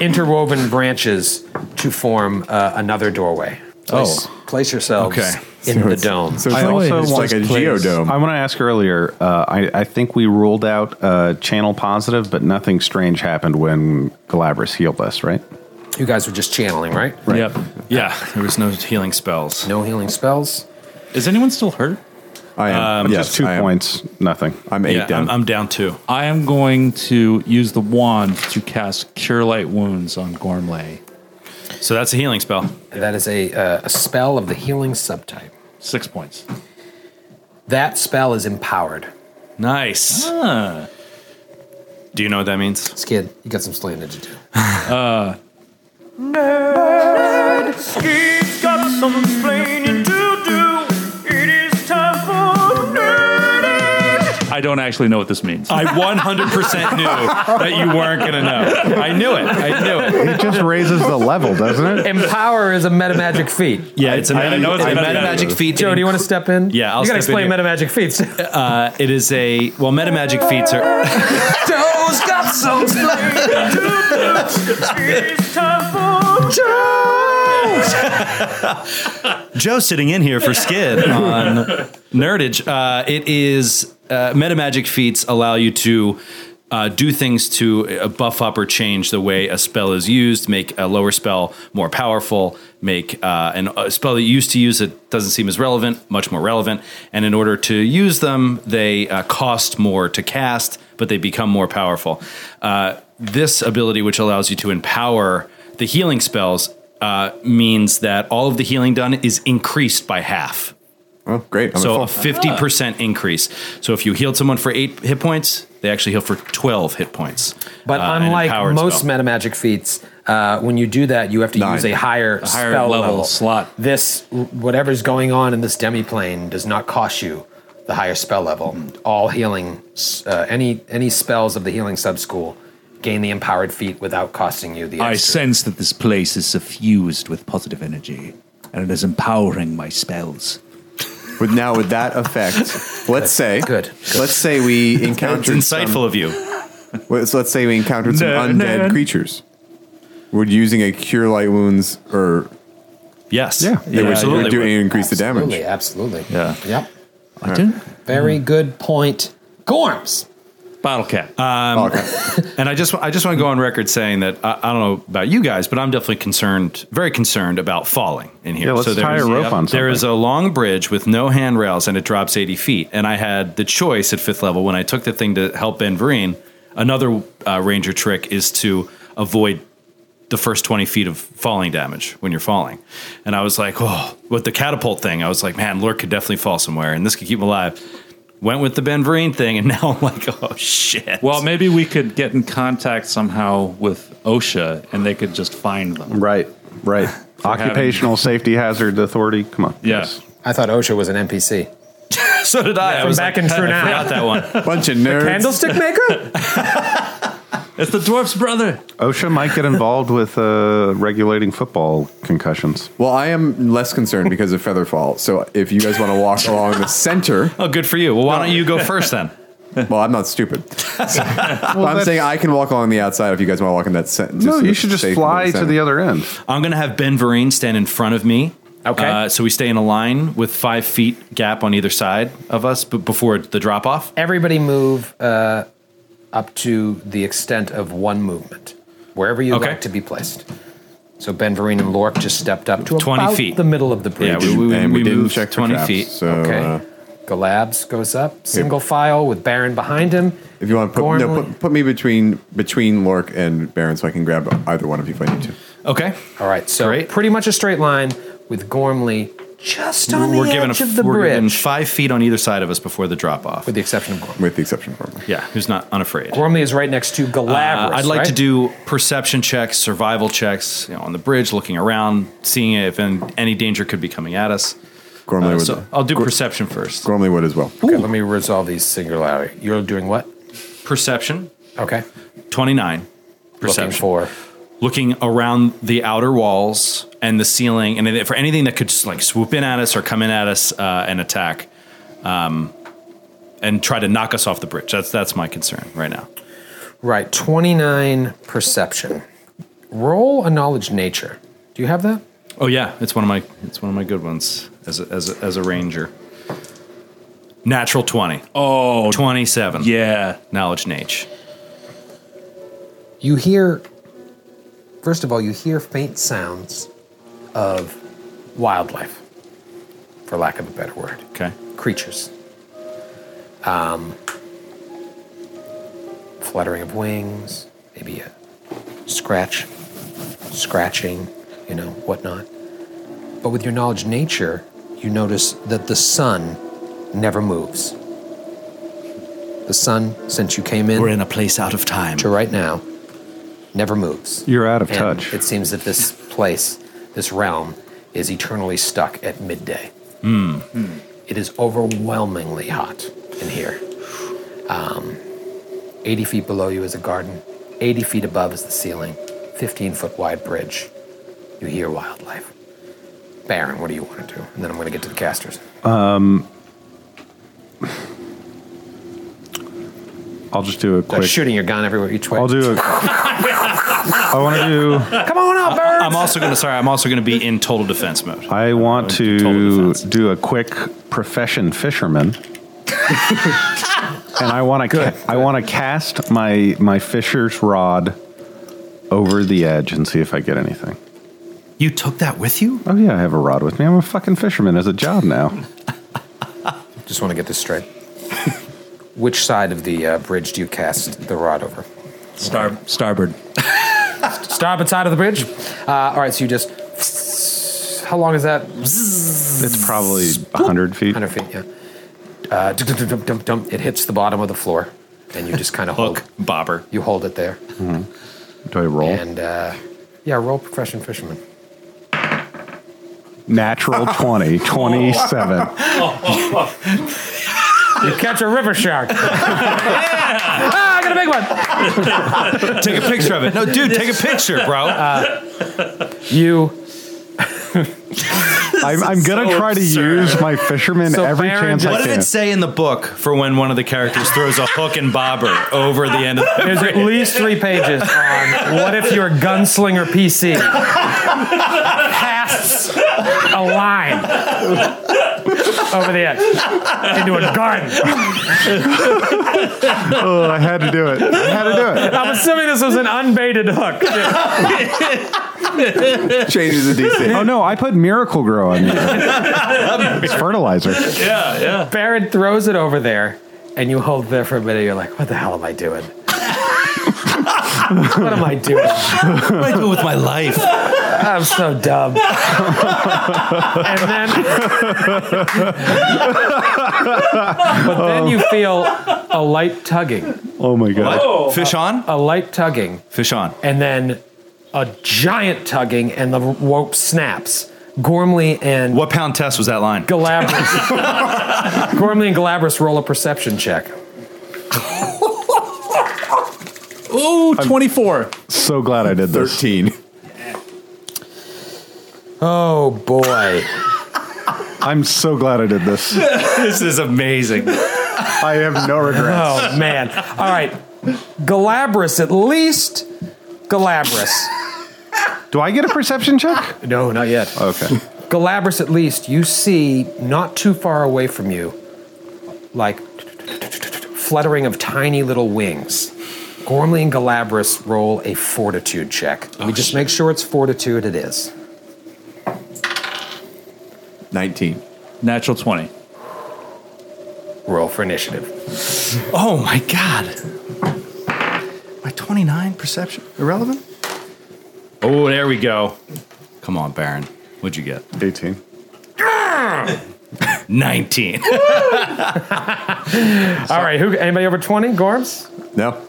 B: interwoven branches to form uh, another doorway. Place, place yourselves
C: Okay.
B: in the dome.
E: So it's,
G: I
E: like,
G: also
E: it's like
G: want
E: a
G: to place-
E: geodome.
G: I want to ask earlier. Uh, I, I think we ruled out uh, channel positive, but nothing strange happened when Galabras healed us, right?
B: you guys were just channeling, right?
F: Yep.
C: Yeah, there was no healing spells.
B: No healing spells.
F: Is anyone still hurt?
E: I am.
G: But
E: yes,
G: um, just two
E: I am.
G: points, nothing.
E: I'm eight
C: Yeah,
E: down.
C: I'm, I'm down two.
F: I am going to use the wand to cast Cure Light Wounds on Gormley.
C: So that's a healing spell.
B: That is a, uh, a spell of the healing subtype.
F: Six points.
B: That spell is empowered.
C: Nice. Do you know what that means?
B: Skid, you got some slaying to do.
F: I don't actually know what this means.
C: I 100% knew that you weren't going to know. I knew it. I knew it.
G: It just raises the level, doesn't it?
B: Empower is a metamagic feat.
C: Yeah, it's a
G: I-
C: meta, I know it's a
G: I-
C: meta
G: I-
C: magic feat.
B: Joe, do you want to step in?
C: Yeah, I'll
B: you gotta
C: step in
B: explain metamagic feats. Joe's
C: Uh, it is a well, meta magic feats are
B: got some slaying.
C: Joe sitting in here for skid on nerdage. Uh, it is uh, meta magic feats allow you to. Uh, do things to uh, buff up or change the way a spell is used, make a lower spell more powerful, make uh, an, a spell that you used to use that doesn't seem as relevant much more relevant. And in order to use them, they uh, cost more to cast, but they become more powerful. Uh, this ability, which allows you to empower the healing spells, uh, means that all of the healing done is increased by half.
E: oh, great. I'm
C: So
E: so
C: a fifty percent increase. So if you healed someone for eight hit points, they actually heal for twelve hit points.
B: But
C: Uh, an
B: unlike
C: empowered
B: most
C: spell.
B: metamagic feats, uh, when you do that, you have to
E: Nine.
B: use a higher,
F: higher
B: spell
F: level
B: level,
F: slot.
B: This whatever's going on in this demiplane does not cost you the higher spell level. All healing, uh, any any spells of the healing sub school gain the empowered feat without costing you the.
F: I
B: Extra.
F: sense that this place is suffused with positive energy, and it is empowering my spells.
E: with now with that effect, let's say
B: Good.
E: Let's say we
C: It's
E: encountered
C: insightful
E: some-
C: of you.
E: Well, so let's say we encountered some
F: No,
E: undead
F: no.
E: creatures. We're using a cure light wounds, or
C: Yes.
G: Yeah.
E: it would, it would
C: absolutely.
E: do increase the
B: Absolutely,
E: damage.
B: absolutely.
F: Yeah.
B: Yep.
F: I don't.
B: Very good point, Gorms.
F: Bottle cap.
C: Um,
E: Okay.
C: And I just I just want to go on record saying that I, I don't know about you guys, but I'm definitely concerned, very concerned about falling in here.
G: Yeah, let's tie
C: there's-
G: a rope on
C: There
G: something.
C: is a long bridge with no handrails, and it drops 80 feet. And I had the choice at fifth level when I took the thing to help Ben Vereen. Another uh, ranger trick is to avoid the first 20 feet of falling damage when you're falling. And I was like, oh, with the catapult thing, I was like, man, Lurk could definitely fall somewhere, and this could keep him alive. Went with the Ben Vereen thing, and now I'm like, oh shit.
F: well, maybe we could get in contact somehow with OSHA, and they could just find them.
G: Right, right. Occupational Safety Hazard Authority. Come on.
F: Yeah.
G: Yes.
B: I thought OSHA was an NPC.
C: so did I. I
B: From
C: was
B: back
C: like,
B: in True
C: I
B: Now.
C: forgot that one.
E: Bunch of nerds.
B: Candlestick maker?
F: It's the dwarf's brother.
G: OSHA might get involved with uh, regulating football concussions.
E: Well, I am less concerned because of Featherfall. So if you guys want to walk along the center,
C: Oh, good for you. Well, why don't you go first then?
E: well, I'm not stupid. I'm
G: that's-
E: saying I can walk along the outside if you guys want to walk in that center.
G: no, you should just fly to the other end.
C: I'm going to have Ben Vereen stand in front of me.
B: Okay.
C: Uh, so we stay in a line with five feet gap on either side of us b- before the drop off.
B: Everybody move uh, up to the extent of one movement, wherever you'd
C: Okay.
B: like to be placed. So Ben Vereen and Lork just stepped up to
C: 20
B: about
C: feet.
B: the middle of the bridge.
C: Yeah, we- we-
E: and we, didn't
C: moved
E: check for
C: 20
E: traps,
C: feet.
E: So
B: okay.
E: uh,
B: Galabs goes up, single file with Baron behind him.
E: if you want to put, no,
B: Gormley-
E: put put me between between Lork and Baron, so I can grab either one of you if I need to.
C: Okay.
B: All right, so
C: Great.
B: pretty much a straight line with Gormley just on the
C: we're
B: edge
C: giving a,
B: of the
C: we're giving
B: bridge,
C: five feet on either side of us before the drop off.
B: with the exception of Gormley.
E: With the exception of Gormley.
C: Yeah, who's not unafraid.
B: Gormley is right next to Galabras.
C: Uh, I'd like to
B: right?
C: do perception checks, survival checks you know, on the bridge, looking around, seeing if an- any danger could be coming at us.
E: Gormley
C: Uh,
E: would.
C: so I'll do
E: Gor-
C: perception first.
E: Gormley would as well.
B: Okay, let me resolve these singularity. You're doing what?
C: Perception,
B: Okay.
C: 29. Perception.
B: Looking for.
C: looking around the outer walls and the ceiling, and then for anything that could like swoop in at us or come in at us uh, and attack, um, and try to knock us off the bridge. That's that's my concern right now.
B: Right, 29 perception. Roll a knowledge nature. Do you have that?
C: Oh yeah, it's one of my it's one of my good ones as a, as a, as a ranger. Natural 20.
F: Oh,
C: 27.
F: yeah.
C: Knowledge Nage.
B: You hear, first of all, you hear faint sounds of wildlife, for lack of a better word.
C: Okay.
B: Creatures. Um, fluttering of wings, maybe a scratch, scratching, you know, whatnot. But with your knowledge of nature, you notice that the sun never moves. The sun, since you came in,
C: We're in a place out of time.
B: to right now never moves.
G: You're out of
B: And
G: touch.
B: It seems that this place, this realm, is eternally stuck at midday.
G: Hmm.
B: It is overwhelmingly hot in here. Um, 80 feet below you is a garden, 80 feet above is the ceiling, 15 foot wide bridge. You hear wildlife. Baron, what do you want to do? And then I'm going to get to the casters.
G: I'll just do a
B: They're
G: quick.
B: shooting your gun everywhere, each way.
G: I'll do a. I want to
B: Come on out, Baron!
C: I'm also going to sorry, I'm also going to be in total defense mode.
G: do. I want
C: Total
G: to
C: defense.
G: do a quick profession fisherman. and I want to. Ca- I want to cast my my fisher's rod over the edge and see if I get anything.
C: You took that with you?
G: Oh yeah, I have a rod with me. I'm a fucking fisherman as a job now.
B: Just want to get this straight. Which side of the uh, bridge do you cast the rod over?
F: Star, starboard.
B: Starboard side of the bridge. Uh, all right, so you just. How long is that?
G: It's probably 100 feet.
B: 100 feet, yeah. Uh, dum, dum, dum, dum, dum. it hits the bottom of the floor, and you just kind of hold.
C: Hook, bobber.
B: You hold it there,
G: Do I roll?
B: and uh, yeah, roll profession fisherman.
G: Natural 20, 27.
B: You catch a river shark. ah, I got a big one.
C: Take a picture of it. No, dude, take a picture, bro.
B: You
G: I'm, I'm going to try to use my fisherman
B: So
G: every
B: Baron,
G: chance
C: what
G: I
C: did
G: can.
C: it say in the book for when one of the characters throws a hook and bobber over the end of the
B: there's at least three pages on what if your gunslinger PC casts a line over the edge into a garden.
G: Oh, I had to do it. I had to do
B: I'm assuming this was an unbaited hook.
E: Changes the DC.
G: it. Oh, no, I put Miracle Grow on you. It's fertilizer.
B: Baron throws it over there, and you hold there for a minute. You're like, "What the hell am I doing? what am I doing?
C: What do I do with my life?
B: I'm so dumb." and then, but then you feel a light tugging,
G: Oh, my God.
C: Fish on?
B: a light tugging,
C: Fish on.
B: and then a giant tugging, and the rope snaps. Gormley and
C: What pound test was that line?
B: Galabras. Gormley and Galabras roll a perception check.
F: Ooh, 24.
G: So glad I did this.
E: 13.
B: Oh boy.
G: I'm so glad I did this.
C: This is amazing.
G: I have no regrets.
B: Oh man! All right, Galabras at least. Galabras.
G: Do I get a perception check?
B: No, not yet.
G: Okay.
B: Galabras at least. You see, not too far away from you, like fluttering of tiny little wings. Gormley and Galabras roll a fortitude check. Let me just make sure it's fortitude. It is.
E: 19.
F: Natural 20.
B: Roll for initiative.
C: Oh my god. My 29 perception irrelevant? Oh, there we go. Come on, Baron. What'd you get?
G: 18.
C: 19.
B: All right, who? Anybody over twenty? Gorms.
E: No.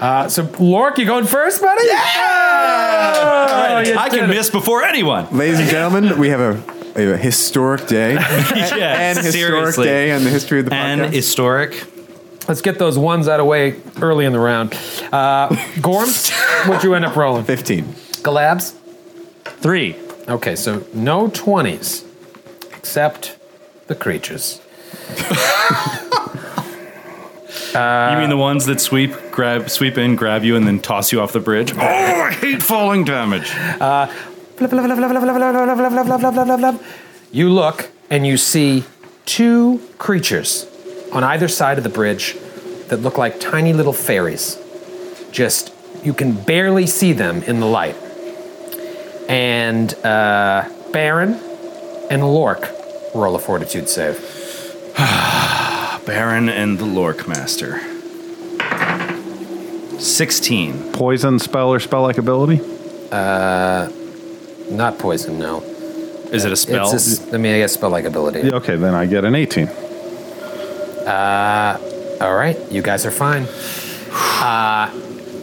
B: Uh, so Lork, you going first, buddy?
E: Oh,
B: Oh, Yeah!
C: I can miss before anyone.
E: Ladies and gentlemen, we have a, a historic day.
C: Yes,
E: and historic
C: seriously.
E: day in the history of the podcast.
C: And historic.
B: Let's get those ones out of the way early in the round. Uh, Gorms, what'd you end up rolling?
E: 15.
B: Galabs?
F: Three.
B: Okay, so no 20s, except the creatures.
C: you mean the ones that sweep, grab, sweep in, grab you, and then toss you off the bridge? Oh, I hate falling damage.
B: Flub, flub, flub, flub, flub, flub, flub, flub, flub, flub, flub, flub, flub, flub. You look and you see two creatures on either side of the bridge that look like tiny little fairies. Just, you can barely see them in the light. And uh, Baron and Lork roll a fortitude save.
C: Baron and the Lork Master. 16.
G: Poison spell or spell like ability?
B: Not poison, no.
C: Is it a spell?
B: It's a s- I mean, I guess spell like ability.
G: Yeah, Okay, then I get an 18.
B: All right, you guys are fine. Uh,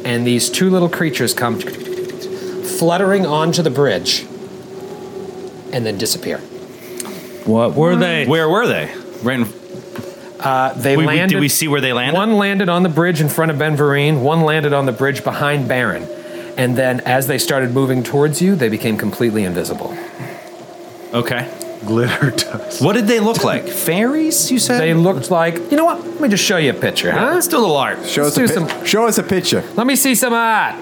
B: and these two little creatures come fluttering onto the bridge and then disappear.
F: What were they?
C: where were they? Right in,
B: Uh, they
C: we, we-
B: landed.
C: did we see where they landed?
B: One landed on the bridge in front of Ben Vereen, one landed on the bridge behind Baron. And then as they started moving towards you, they became completely invisible.
C: Okay.
G: Glitter dust.
C: What did they look like? Fairies, you said?
B: They looked like, you know what? Let me just show you a picture, huh?
C: Let's do a little art.
E: Show
B: Let's
E: us, a
B: do
E: pi-
B: some-
E: show us a picture.
B: Let me see some art.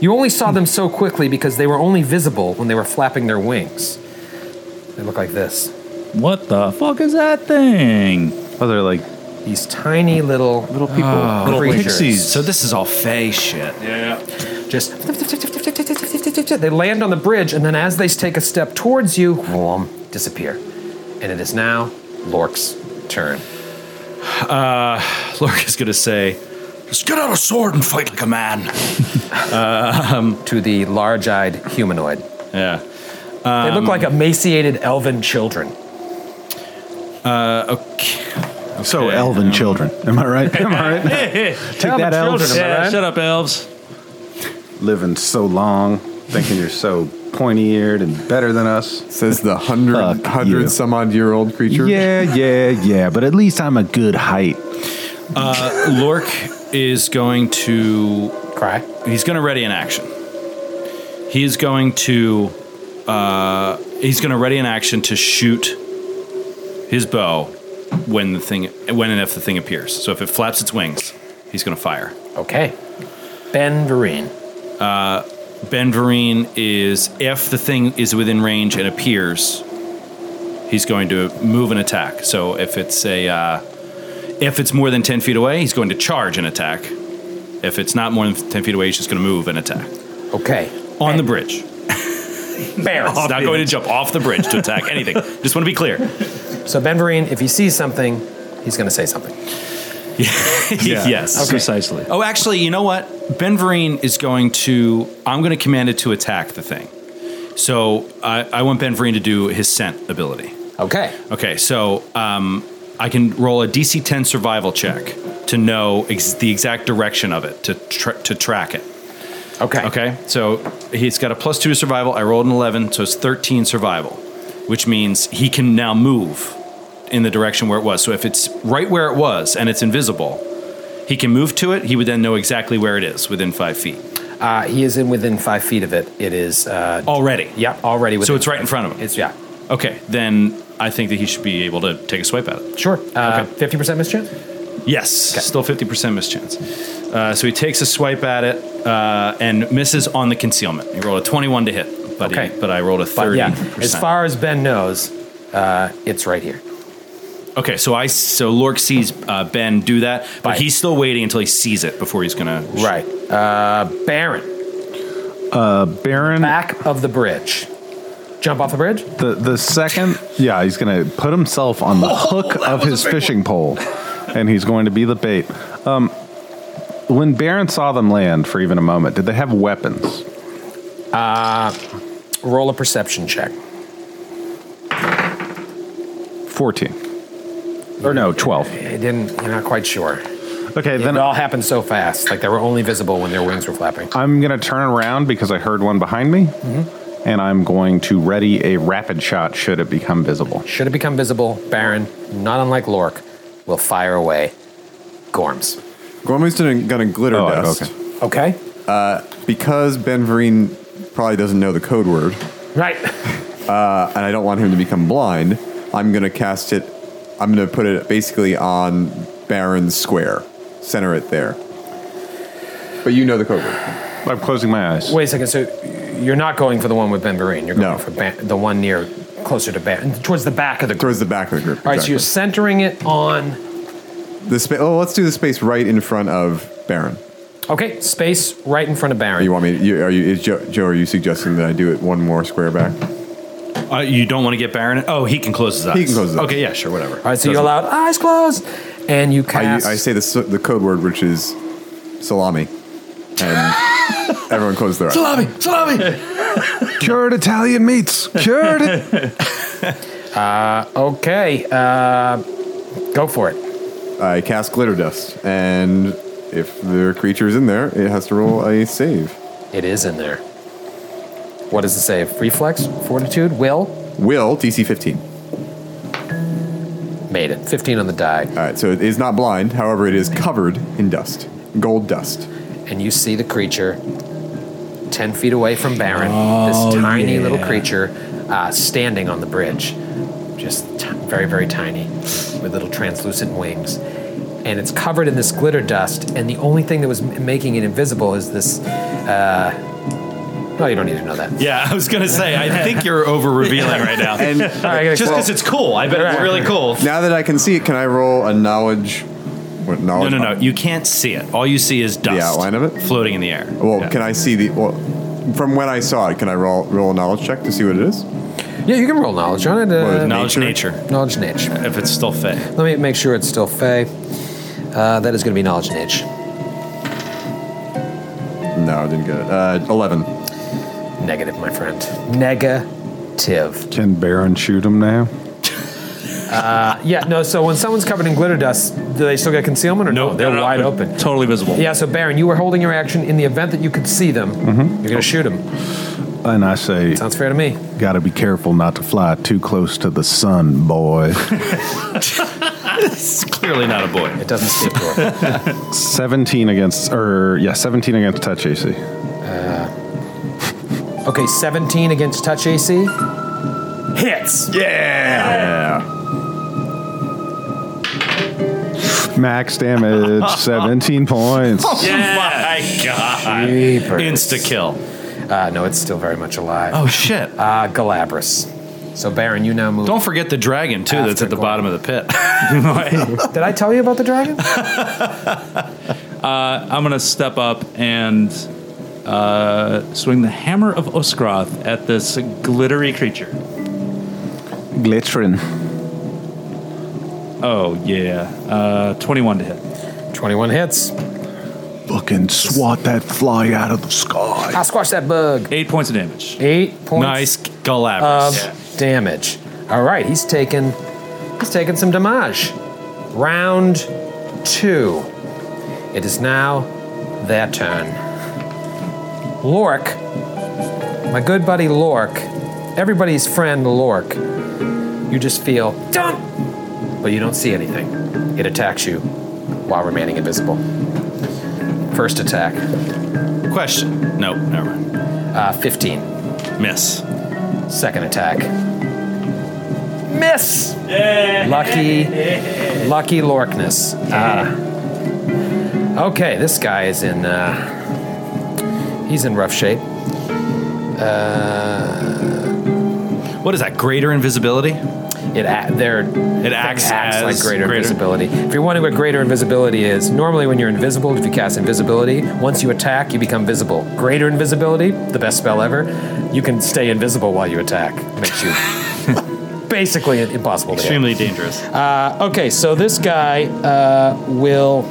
B: You only saw them so quickly because they were only visible when they were flapping their wings. They look like this.
F: What the fuck is that thing?
G: Oh, they're like
B: These tiny little
G: little people.
B: Oh. little creatures.
C: Pixies. So this is all fey shit.
B: Just they land on the bridge, and then as they take a step towards you, whoom, disappear. And it is now Lork's turn.
C: Lork is going to say,
H: Just get out a sword and fight like a man.
B: To the large-eyed humanoid.
C: yeah.
B: they look like emaciated elven children.
C: uh,
G: So elven children. um, Am I right? Am I right? Take that, elves.
B: children, am I right?
F: Yeah, shut up, elves.
G: Living so long, thinking you're so pointy-eared and better than us.
E: Says the hundred
G: Fuck you.
E: hundred some odd year old creature.
G: Yeah, yeah, yeah. But at least I'm a good height.
C: Uh, Lork is going to
B: Cry.
C: he's going to ready an action. He is going to uh, he's going to ready an action to shoot his bow when the thing when and if the thing appears. So if it flaps its wings, he's going to fire.
B: Okay. Ben Vereen.
C: Ben Vereen is if the thing is within range and appears, he's going to move and attack. So if it's a uh, if it's more than ten feet away, he's going to charge and attack. If it's not more than ten feet away, he's just going to move and attack
B: Okay.
C: on the bridge.
B: Baron.
C: He's not going to jump off the bridge to attack anything. Just want to be clear.
B: So Ben Vereen, if he sees something, he's going to say something.
C: yes.
F: Precisely.
C: Oh, actually, you know what? Ben Vereen is going to. I'm going to command it to attack the thing. So I, I want Ben Vereen to do his scent ability.
B: Okay.
C: Okay, so um, I can roll a DC 10 survival check to know ex- the exact direction of it, to, tra- to track it.
B: Okay.
C: Okay, so he's got a plus two to survival. I rolled an 11, so it's 13 survival, which means he can now move in the direction where it was. So if it's right where it was and it's invisible, he can move to it. He would then know exactly where it is within five feet
B: Uh, he is in within five feet of it. It is. Uh,
C: already.
B: yeah. Already. Within
C: So it's right in front of him.
B: It's yeah.
C: Okay, then I think that he should be able to take a swipe at it.
B: Sure. Uh, Fifty percent mischance.
C: Yes, still fifty percent mischance. Uh, so he takes a swipe at it uh, and misses on the concealment. He rolled a twenty-one to hit, but he-
B: Okay.
C: but I rolled a
B: But
C: thirty.
B: yeah, as far as Ben knows, uh, it's right here.
C: okay, so I so Lork sees uh, Ben do that, but
B: Right.
C: he's still waiting until he sees it before he's gonna. sh-
B: Right. Uh, Baron,
G: Baron,
B: back of the bridge. Jump off the bridge.
G: the the second, yeah, he's gonna put himself on the hook of his fishing pole, and he's going to be the bait. Um, when Baron saw them land for even a moment, did they have weapons?
B: Roll a perception check.
G: Fourteen, or no, twelve.
B: It didn't. You're not quite sure.
G: Okay,
B: it
G: then
B: all happened so fast. Like they were only visible when their wings were flapping.
G: I'm going to turn around because I heard one behind me, and I'm going to ready a rapid shot should it become visible.
B: Should it become visible, Baron, not unlike Lork, will fire away. Gorms.
E: Gormley's doing got a glitter
G: Oh,
E: dust
G: okay.
B: Okay.
E: because Ben Vereen probably doesn't know the code word,
B: Right.
E: Uh, and I don't want him to become blind. I'm gonna cast it. I'm gonna put it basically on Baron's square, center it there. But you know the code word.
G: I'm closing my eyes.
B: Wait a second. So you're not going for the one with Ben Vereen. You're going for ban- the one near closer to Ben, towards the back of the group.
E: Towards the back of the group.
B: All right, so you're centering it on.
E: The spa- oh, let's do the space right in front of Baron.
B: Okay, space right in front of Baron.
E: You want me? You, are you? Is Joe, Joe? Are you suggesting that I do it one more square back?
C: Uh, you don't want to get Baron. Oh, he can close his eyes.
E: He can close his eyes.
C: Okay, yeah, sure, whatever.
B: All right, so you allowed eyes closed, and you
E: I,
B: cast.
E: I say the s- the code word, which is salami, and everyone closes their eyes.
H: Salami, salami.
G: Cured Italian meats. Cured. it-
B: okay, uh, go for it.
E: I cast glitter dust, and if there are creatures in there, it has to roll a save.
B: It is in there. What is the save? Reflex, fortitude, will.
E: Will DC fifteen. All
B: Made it. 15 on the die.
E: right, so it is not blind. However, it is covered in dust, gold dust.
B: and you see the creature 10 feet away from Baron, this tiny little creature uh, standing on the bridge, just t- very, very tiny, with little translucent wings. And it's covered in this glitter dust, and the only thing that was m- making it invisible is this. Uh, well, you don't need to know that.
C: Yeah, I was gonna say. I think you're over revealing right now.
E: And
C: just because it's cool, I bet it's really cool.
E: now that I can see it, can I roll a knowledge? What
C: No,
E: knowledge?
C: no, no. You can't see it. All you see is dust.
E: outline of it?
C: floating in the air.
E: Well,
C: Yeah.
E: can I see the? Well, from when I saw it, can I roll roll a knowledge check to see what it is?
B: Yeah, you can roll knowledge on it. Uh,
C: knowledge nature?
B: Knowledge nature.
C: If it's still fake.
B: Let me make sure it's still Fey. Uh, that is going to be knowledge nature.
E: No, I didn't get it. Uh, Eleven.
B: Negative, my friend. Negative.
G: Can Baron shoot him now?
B: Yeah, no. So when someone's covered in glitter dust, do they still get concealment or no?
F: Nope,
B: they're
F: no, no,
B: wide
F: they're
B: open.
F: Totally visible.
B: Yeah. So Baron, you were holding your action. In the event that you could see them, you're gonna shoot them.
G: And I say,
B: Sounds fair to me.
G: gotta be careful not to fly too close to the sun, boy.
C: It's clearly not a boy.
B: It doesn't speak to her.
G: 17 against, or yeah, 17 against touch AC.
B: Okay, 17 against touch AC. Hits.
G: Ah. Max damage, 17 points.
C: my god!
B: Jeepers.
C: Insta kill.
B: Uh, no, it's still very much alive.
C: Oh shit!
B: Uh, Galabras. So Baron, you now move.
C: Don't forget the dragon too. That's
B: After
C: at the
B: Glenn.
C: bottom of the pit.
B: Did I tell you about the dragon?
F: I'm gonna step up and uh, swing the hammer of Oskroth at this glittery creature.
G: Glittering.
F: Oh yeah, uh, 21 to hit.
B: 21 hits.
G: Fucking swat that fly out of the sky.
B: I Ah, squash that bug.
F: Eight points of damage.
B: Eight points Um,
C: nice
B: of
C: Galabras. Yeah.
B: damage. All right, he's taken. He's taken some damage. Round two. It is now their turn. Lork, my good buddy Lork, everybody's friend Lork. You just feel done, but you don't see anything. It attacks you while remaining invisible. First attack,
C: Question. No, never mind.
B: uh, 15.
C: Miss.
B: Second attack, miss. Lucky, lucky Lorkness. Ah. okay, this guy is in. Uh, he's in rough shape. Uh,
C: What is that? Greater invisibility.
B: It a- they're, it
C: acts
B: like
C: as
B: greater,
C: greater-
B: invisibility. If you're wondering what greater invisibility is, normally when you're invisible, if you cast invisibility, once you attack, you become visible. Greater invisibility, the best spell ever. You can stay invisible while you attack. Makes you basically impossible. to hit. Uh,
C: Extremely dangerous.
B: Okay, so this guy uh, will.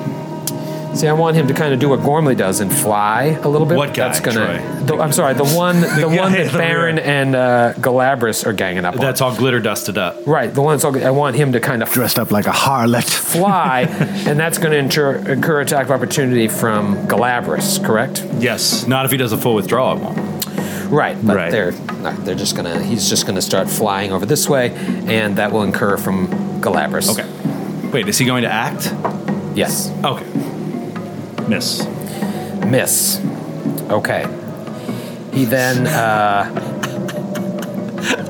B: See, I want him to kind of do what Gormley does and fly a little bit.
C: What guy,
B: That's gonna.
C: Troy?
B: The, I'm sorry, the one, the,
C: guy
B: one
C: in
B: that
C: the
B: Baron
C: mirror.
B: and uh, Galabras are ganging up
C: That's
B: on.
C: all glitter dusted up.
B: right. The one that's all. I want him to kind of
G: Dressed up like a harlot.
B: fly, and that's going to incur, incur attack of opportunity from Galabras, correct?
C: Yes. Not if he does a full withdrawal. It won't.
B: Right, but
C: Right.
B: they're no, they're just gonna he's just gonna start flying over this way, and that will incur from Galabras.
C: Okay. Wait, is he going to act?
B: Yes.
C: Okay.
F: Miss.
B: Miss. Okay. He then uh,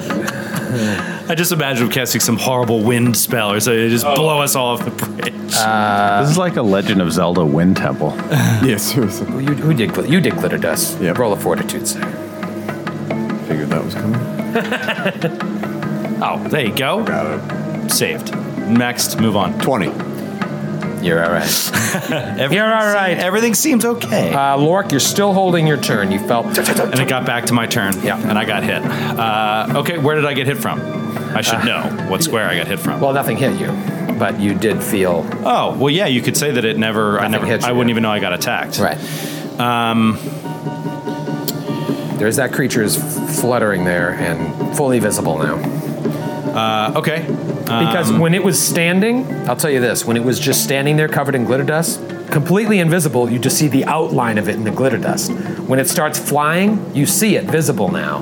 C: I just imagine him casting some horrible wind spell or something. It'd Just blow us all off the bridge.
G: this is like a Legend of Zelda wind temple.
E: Yes, seriously.
B: you, who did gl- you did glitter dust.
E: Yep.
B: Roll a fortitude save.
E: that was coming.
C: Oh, there you go. Saved. Next, move on.
E: 20.
J: You're all right.
C: Everything
B: You're all right.
C: Seems, everything seems okay.
B: Uh, Lork, you're still holding your turn. You felt.
C: and it got back to my turn. Yeah. And I got hit. Uh, okay, where did I get hit from? I should know what square I got hit from.
B: Uh, Well, nothing hit you, but you did feel.
C: oh, well, yeah, you could say that it never, I
B: Nothing
C: never,
B: hit you,
C: I wouldn't
B: yeah.
C: even know I got attacked.
B: Right.
C: Um,
B: There's that creature is fluttering there and fully visible now.
C: uh, okay.
B: Because
C: Um,
B: when it was standing, I'll tell you this: when it was just standing there, covered in glitter dust, completely invisible, you just see the outline of it in the glitter dust. When it starts flying, you see it visible now,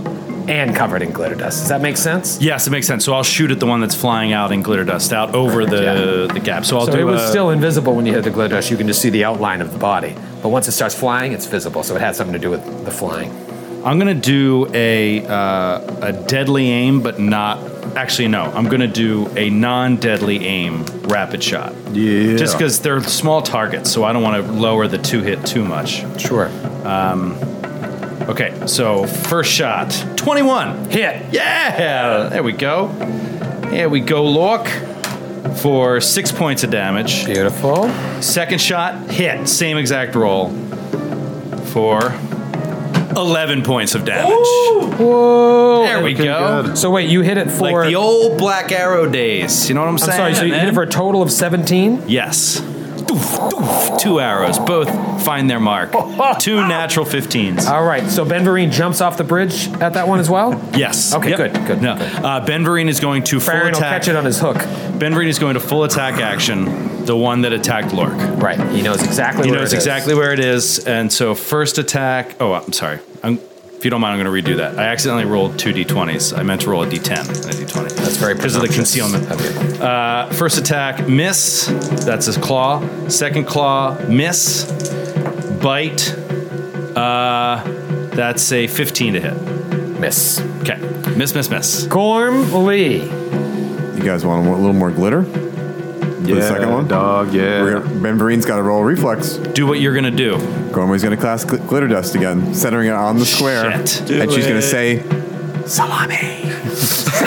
B: and covered in glitter dust. Does that make sense?
C: Yes, it makes sense. So I'll shoot at the one that's flying out in glitter dust out over the, the gap. So I'll
B: So
C: do
B: it was
C: a-
B: still invisible when you hit the glitter dust. You can just see the outline of the body. But once it starts flying, it's visible. So it had something to do with the flying.
C: I'm gonna do a uh, a deadly aim, but not actually. No, I'm gonna do a non-deadly aim rapid shot.
G: Yeah.
C: Just because they're small targets, so I don't want to lower the two hit too much. Um,
B: Sure.
C: Okay, so first shot, 21 hit. Yeah, there we go. Here we go, Lork, for six points of damage.
B: Beautiful.
C: Second shot, hit. Same exact roll for 11 points of damage.
B: Whoa.
C: There we go.
B: So wait, you hit it for.
C: Like the old Black Arrow days. You know what I'm
B: I'm
C: saying?
B: sorry. So you hit it
C: man?
B: for a total of 17.
C: yes. Doof, doof. Two arrows, both find their mark. Two natural 15s.
B: All right. So Benverine jumps off the bridge at that one as well.
C: yes.
B: Okay, good, good,
C: No.
B: good.
C: Uh, ben Vereen is going to full
B: Farron will
C: attack.
B: catch it on his hook.
C: ben Vereen is going to full attack action. The one that attacked Lork.
B: Right. He knows exactly.
C: He
B: where
C: knows
B: it is.
C: exactly where it is, and so first attack. Oh, I'm sorry. I'm, if you don't mind, I'm going to redo that. I accidentally rolled two d20s. I meant to roll a d10 and a d20.
B: That's very
C: because of the
B: presumptuous
C: concealment.
B: of you.
C: Uh, first attack, miss. That's his claw. Second claw, miss. Bite. Uh, that's a 15 to hit.
B: Miss.
C: Okay. Miss, miss, miss.
B: Gorm Lee.
E: You guys want a little more glitter?
G: Yeah,
E: the second one?
G: dog. Yeah.
E: We're gonna, ben Vereen's got to roll reflex.
C: Do what you're going to do.
E: Gormley's going to cast gl- glitter dust again, centering it on the square.
C: Shit.
E: and she's going to say,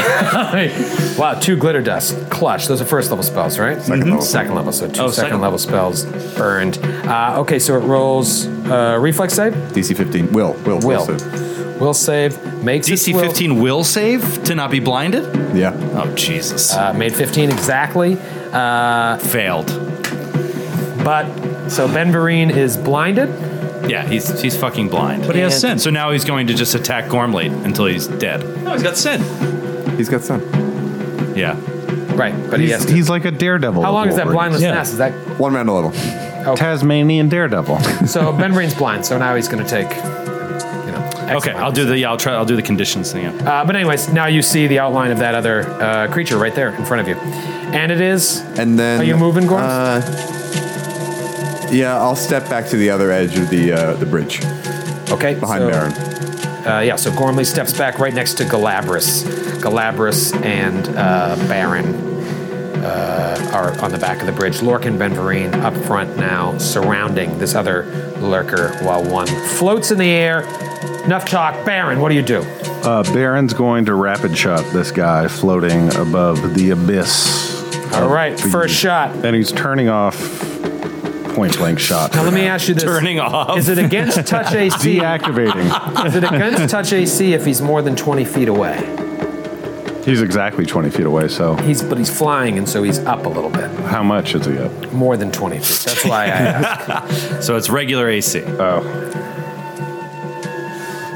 B: wow, two glitter dust. Clutch. Those are first level spells, right? Second
E: level.
B: Second level. So two second
C: Oh, second.
B: level spells earned. Uh, okay, so it rolls uh, reflex save,
E: DC 15. Will. Will.
B: will,
E: save.
B: will save, makes its
C: DC
B: will-
C: 15 will save to not be blinded?
E: Yeah.
C: Oh, Jesus.
B: Uh, made 15 exactly, Uh,
C: Failed.
B: but so Ben Vereen is blinded.
C: Yeah, he's he's fucking blind.
F: But he has
C: And
F: sense.
C: so now he's going to just attack Gormlade until he's dead.
F: No, he's got sin.
E: He's got sun.
C: Yeah.
B: Right, but he has.
G: He's,
B: To,
G: he's like a daredevil.
B: how
G: of
B: long is that
G: Wolverine.
B: blindless
F: Yeah.
B: nest? Is that
E: One round a little.
G: Tasmanian daredevil.
B: so? ben Vereen's blind, so now he's going to take. you know, X
C: Okay,
B: amount
C: I'll
B: of-
C: do the yeah, I'll try I'll do the conditions thing. yeah.
B: Uh, but anyways, now you see the outline of that other uh, creature right there in front of you, and it is.
E: And then.
B: Are you moving, Gorm?
E: Uh, yeah, I'll step back to the other edge of the uh, the bridge
B: Okay,
E: uh, behind
B: so-
E: Baron.
B: Uh, yeah, so Gormley steps back right next to Galabras. Galabras and uh, Baron uh, are on the back of the bridge. Lork and Benverine up front now, surrounding this other lurker while one floats in the air. Enough talk. Baron, what do you do?
G: Uh, Baron's going to rapid shot this guy floating above the abyss.
B: All right, first shot.
G: And he's turning off point blank shot.
B: Now, let me ask you this.
C: Turning off.
B: Is it against touch AC?
G: Deactivating.
B: Is it against touch AC if he's more than 20 feet away?
G: he's exactly 20 feet away, so
B: He's But he's flying, and so he's up a little bit.
G: how much is he up?
B: More than 20 feet. That's why I asked.
C: So it's regular AC.
B: uh,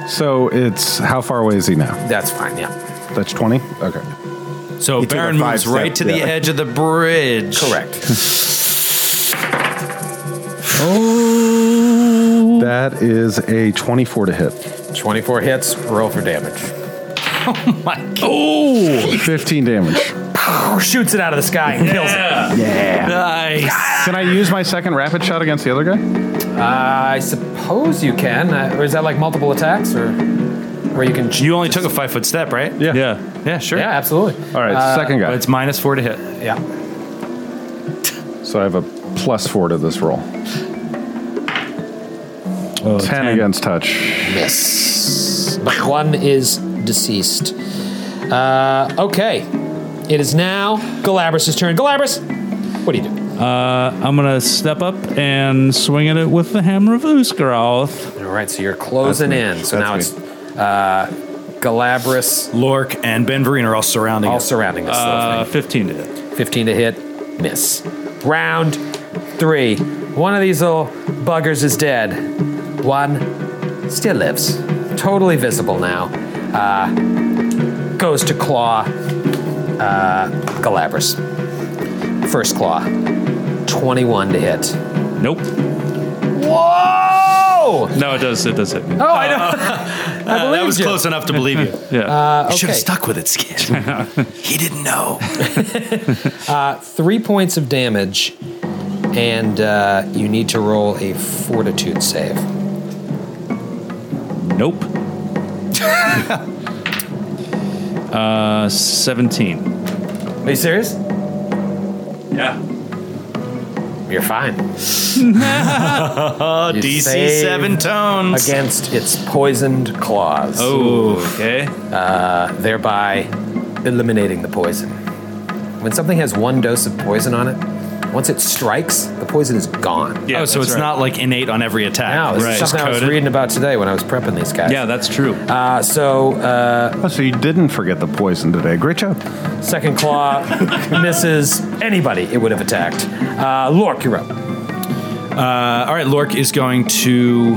G: So it's how far away is he now?
B: That's fine, yeah.
G: That's 20? Okay.
C: So
E: took a
C: Baron moves
E: five-step
C: right to the
E: the other-
C: edge of the bridge.
B: Correct.
G: That is a 24 to hit.
B: 24 hits, roll for damage.
C: My oh,
G: 15 damage.
B: Or shoots it out of the sky and kills it.
C: nice.
G: Can I use my second rapid shot against the other guy?
B: I suppose you can. Uh, or is that like multiple attacks or where you can.
C: You only took a five foot step, right?
G: Yeah.
F: Yeah.
C: Yeah, sure.
B: yeah, absolutely.
G: All right, second
C: But
G: guy.
C: it's minus four to hit.
B: Yeah.
G: So I have a plus 4 to this roll.
F: Oh,
G: 10, against touch.
B: Miss. But one is deceased. Uh, okay, it is now Galabras's turn. Galabras, what do you do?
F: Uh, I'm gonna step up and swing at it with the hammer of Uskaroth.
B: All right, so you're closing in. So now it's uh, Galabras,
C: Lork, and Benverine are all surrounding
B: all
C: us.
B: surrounding us.
F: Uh, 15 to hit.
B: 15 to hit, miss. Round three. One of these little buggers is dead. One still lives. Totally visible now. Uh, goes to claw uh, Galabras. First claw. 21 to hit.
F: Nope.
B: Whoa!
F: No, it does. It does hit. me.
B: Oh, I know. I
C: Uh, that
B: believed
C: was
B: you.
C: close enough to believe you.
F: Yeah.
B: Uh,
C: You should
B: okay.
C: have stuck with it, Skid. he didn't know.
B: Uh, three points of damage, and uh, you need to roll a fortitude save.
F: nope. uh, 17.
B: Are you serious?
F: Yeah.
B: You're fine. You
C: DC
B: save
C: seven tones.
B: Against its poisoned claws,
F: Oh, okay.
B: uh, thereby eliminating the poison. When something has one dose of poison on it, once it strikes, the poison is gone.
F: Yeah,
C: oh, so
F: that's right.
C: it's not like innate on every attack.
B: Now, this is
C: It's
B: something I was
C: coded.
B: reading about today when I was prepping these guys.
F: Yeah, that's true.
B: Uh, so, uh,
G: Oh, so you didn't forget the poison today. Great job.
B: Second claw misses anybody it would have attacked. Uh, Lork, you're up.
C: Uh, all right, Lork is going to.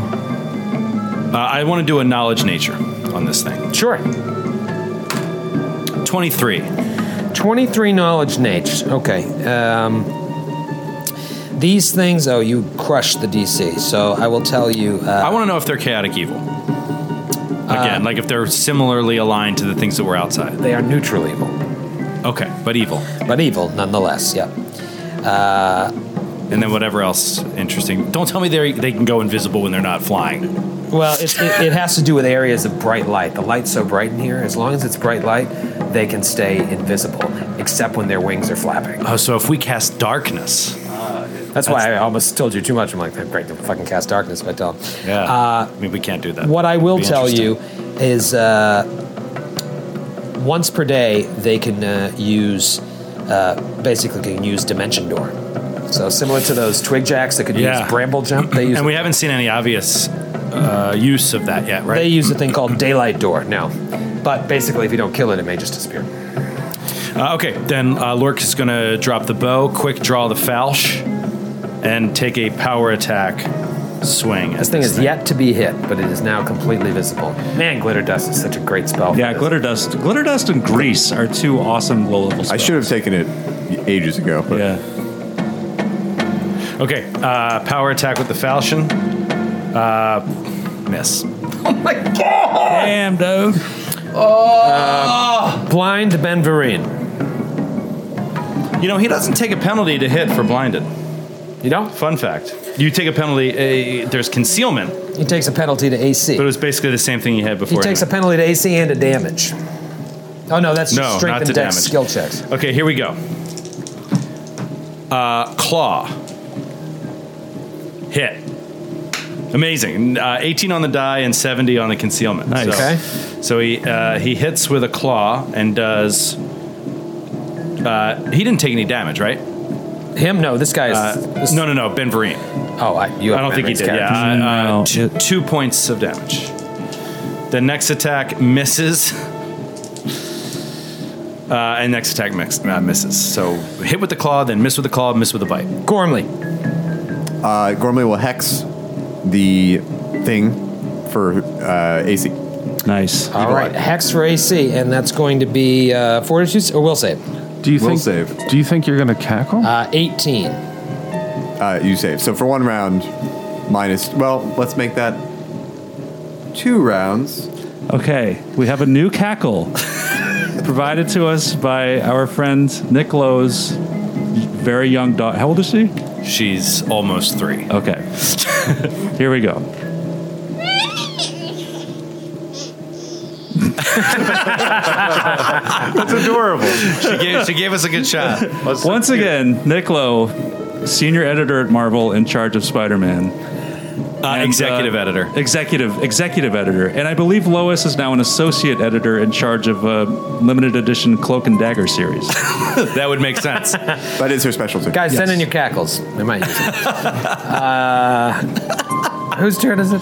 C: Uh, I want to do a knowledge nature on this thing.
B: Sure.
C: 23.
B: Uh. 23 knowledge nature. Okay. Um, these things, oh, you crushed the DC. So I will tell you. Uh,
C: I want to know if they're chaotic evil. Again, like if they're similarly aligned to the things that were outside.
B: they are neutral evil,
C: Okay, but evil.
B: but evil nonetheless. Yeah.
C: And then whatever else interesting. Don't tell me they they can go invisible when they're not flying.
B: Well, it, it, it has to do with areas of bright light. The light's so bright in here, as long as it's bright light, they can stay invisible, except when their wings are flapping.
C: Oh, so if we cast darkness,
B: That's why I almost told you too much. I'm like, great, they'll fucking cast darkness if I tell 'em.
C: yeah. I mean, we can't do that.
B: uh, What I will
C: Be
B: tell
C: interesting.
B: you is uh, once per day they can uh, use uh, basically can use dimension door. So similar to those twig jacks that could
C: Yeah.
B: use bramble jump, they use
C: And we haven't seen any obvious uh, use of that yet, right?
B: they use a thing called daylight door now. But basically, if you don't kill it, it may just disappear.
C: Uh, okay, then uh, Lork is going to drop the bow, quick draw the falch, and take a power attack swing. at
B: This thing is yet to be hit, but it is now completely visible. Man, glitter dust is such a great spell. for
F: Yeah,
B: this.
F: glitter dust, glitter dust, and grease are two awesome low level spells.
E: I should have taken it ages ago, but
F: Yeah,
C: Okay, uh, power attack with the falchion. Uh, miss.
F: damn, dude.
B: Blind Benverine.
C: You know, he doesn't take a penalty to hit for blinded.
B: You don't.
C: Fun fact. You take a penalty, uh, there's concealment,
B: He takes a penalty to AC.
C: but it was basically the same thing you had
B: He
C: before.
B: takes a penalty to AC and to damage. Oh no, that's
C: No,
B: just strength
C: not
B: and
C: to
B: dex
C: damage.
B: skill checks.
C: Okay, here we go. Uh, claw. Hit. Amazing. Uh, 18 on the die and 70 on the concealment. Nice. So,
B: Okay.
C: So he, uh, he hits with a claw and does. Uh, he didn't take any damage, right?
B: Him? No, this guy is.
C: Uh,
B: this-
C: no, no, no. Ben Vereen.
B: Oh, I, you
C: I don't think he did. Yeah.
B: Mm,
C: Uh, uh, two, two points of damage. The next attack misses. Uh, and next attack mix, uh, misses. So hit with the claw, then miss with the claw, miss with the bite.
B: Gormley.
E: uh, Gormley will hex the thing for uh, AC.
F: Nice.
B: All right, hex for AC, and that's going to be uh, fortitude or will save.
G: Do you
E: Will
G: think?
E: save.
G: Do you think you're going to cackle?
B: Uh, 18.
E: Uh, you save. So for one round, minus. Well, let's make that two rounds.
F: Okay, we have a new cackle provided to us by our friend Nick Lowe's very young daughter. How old is she?
C: She's almost three.
F: Okay. Here we go.
E: That's adorable.
C: She gave, she gave us a good shot.
F: Once again, Nick Lowe, senior editor at Marvel in charge of Spider Man, And,
C: Uh,
F: uh,
C: executive editor.
F: Executive executive editor, and I believe Lois is now an associate editor in charge of a limited edition Cloak and Dagger series.
C: that would make sense.
E: that is her specialty.
B: Guys, send in your cackles. They might use it. uh, whose turn is it?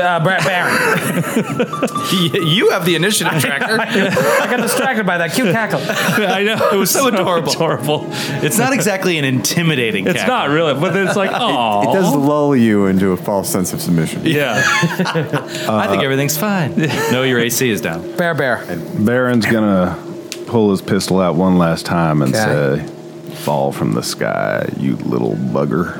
B: Uh, Brad Barron.
C: you have the initiative tracker.
B: I got distracted by that cute cackle.
F: I know it was so, adorable.
C: it's not exactly an intimidating.
F: It's not really, but it's like oh,
E: It does lull you into a false sense of submission.
F: Yeah,
C: I think everything's fine. no, your AC is down.
B: Bear, bear.
G: Baron's gonna pull his pistol out one last time and
B: Okay.
G: say, "Fall from the sky, you little bugger."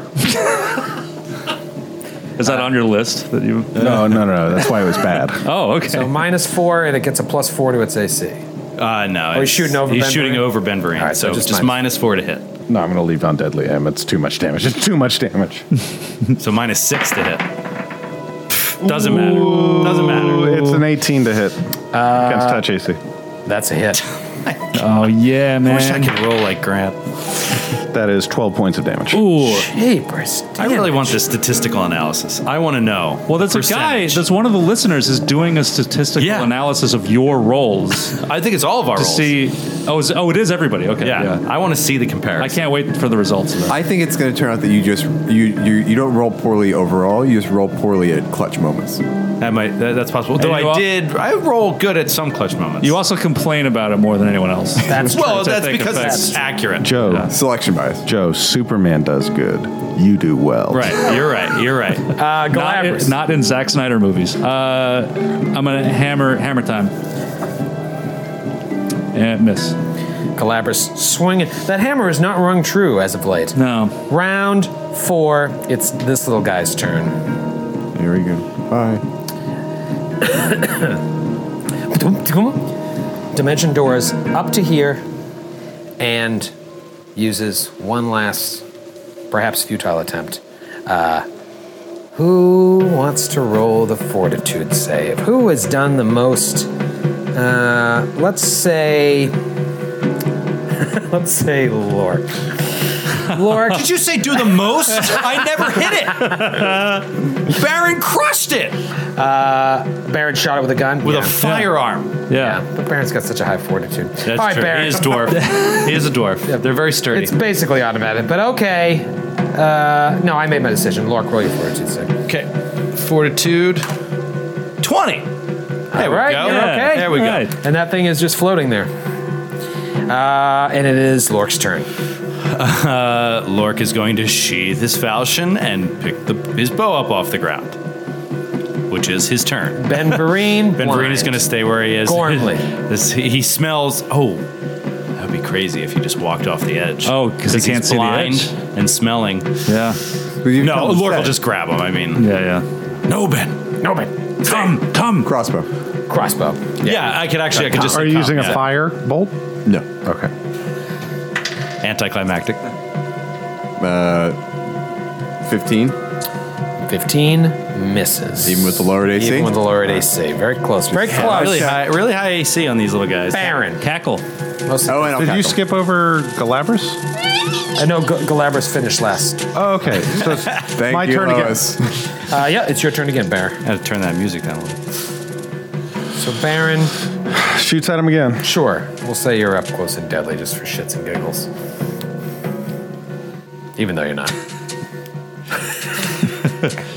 F: is that on your list that you?
G: No, no, no. That's why it was bad.
F: Oh, okay.
B: So minus four, and it gets a plus four to its AC.
C: Uh, no,
B: he's
C: it's-
B: shooting over
C: He's
B: Ben
C: shooting
B: Vereen?
C: over Ben Vereen,
B: All right,
C: so, just, minus four to hit.
G: No, I'm gonna leave on deadly aim. It's too much damage. It's too much damage.
C: So minus six to hit. Pff, Doesn't matter. Doesn't matter.
G: It's an 18 to hit against touch AC.
B: That's a hit.
F: Oh yeah, man.
C: I wish I could roll like Grant.
G: That is 12 points of damage.
F: Ooh.
B: Jeepers.
C: I really want this statistical analysis. I want to know.
F: Well, that's
C: percentage.
F: a guy. That's one of the listeners is doing a statistical
C: Yeah.
F: analysis of your roles to
C: I think it's all of our roles.
F: see. Oh, is, oh, it is everybody. Okay,
C: yeah,
F: yeah.
C: I want to see the comparison.
F: I can't wait for the results of that.
E: I think it's going to turn out that you just you, you you don't roll poorly overall. You just roll poorly at clutch moments.
C: That might that, that's possible. Though
F: you
C: I
F: all-
C: did I roll good at some clutch moments.
F: You also complain about it more than anyone else.
B: That's
C: well,
F: true.
C: that's
F: Take
C: because
F: offense.
C: it's accurate.
G: Joe,
E: Selection bias.
G: Joe, Superman does good. You do well.
C: Right, you're right, you're right.
B: uh,
F: not,
B: Galabras.
F: in, not in Zack Snyder movies. Uh, I'm gonna hammer hammer time. Yeah, miss.
B: Galabras swinging. That hammer is not rung true as of late.
F: No.
B: Round four, it's this little guy's turn.
E: Here we go. Bye.
B: Dimension doors up to here and uses one last, perhaps futile attempt. Uh, who wants to roll the fortitude save? Who has done the most? Uh, let's say. let's say Lork. Lork.
C: Did you say do the most? I never hit it. Baron crushed it
B: Baron shot it with a gun.
C: with
B: Yeah.
C: a firearm.
F: Yeah.
B: But Baron's got such a high fortitude.
C: That's true.
B: Baron.
C: He is dwarf. he is a dwarf. They're very sturdy.
B: It's basically automatic, but okay. Uh, no, I made my decision. Lork, roll your fortitude save.
C: okay. Fortitude. Twenty. There
B: right,
C: we go.
B: you're okay.
C: There we go.
F: Right.
B: And that thing is just floating there. Uh, and it is Lork's turn.
C: Uh, Lork is going to sheathe his falchion and pick the, his bow up off the ground, which is his turn.
B: Ben Vereen.
C: Ben Vereen is going to stay where he is.
B: Gormley.
C: this, he he smells. Oh, that would be crazy if he just walked off the edge.
F: Oh, 'cause he can't
C: he's
F: see the
C: blind
F: edge?
C: and smelling.
F: Yeah.
C: No, Lork will just grab him. I mean,
F: Yeah. Yeah.
C: no, Ben.
B: No, Ben.
C: Come, come.
E: crossbow.
B: Crossbow.
C: Yeah, I could actually. I could just.
G: Are you
C: come,
G: using a
C: yeah.
G: fire bolt?
E: No.
G: Okay.
C: Anticlimactic.
E: Uh, fifteen.
B: 15 misses.
E: Even with the lowered AC.
B: Even with the lowered AC. Very close. Very close.
C: Really high, really high AC on these little guys.
B: Baron.
F: Cackle.
B: Most-
E: oh, and I'll
G: Did you
E: cackle.
G: skip over Galabras?
B: I know G- Galabras finished last.
G: Oh, okay. So it's
E: Thank
G: my
E: you,
G: turn
E: Lois.
B: Uh, yeah, it's your turn again, Baron.
C: I had to turn that music down a little.
B: So, Baron,
G: again. Shoots at him again.
B: Sure. We'll say you're up close and deadly just for shits and giggles. Even though you're not.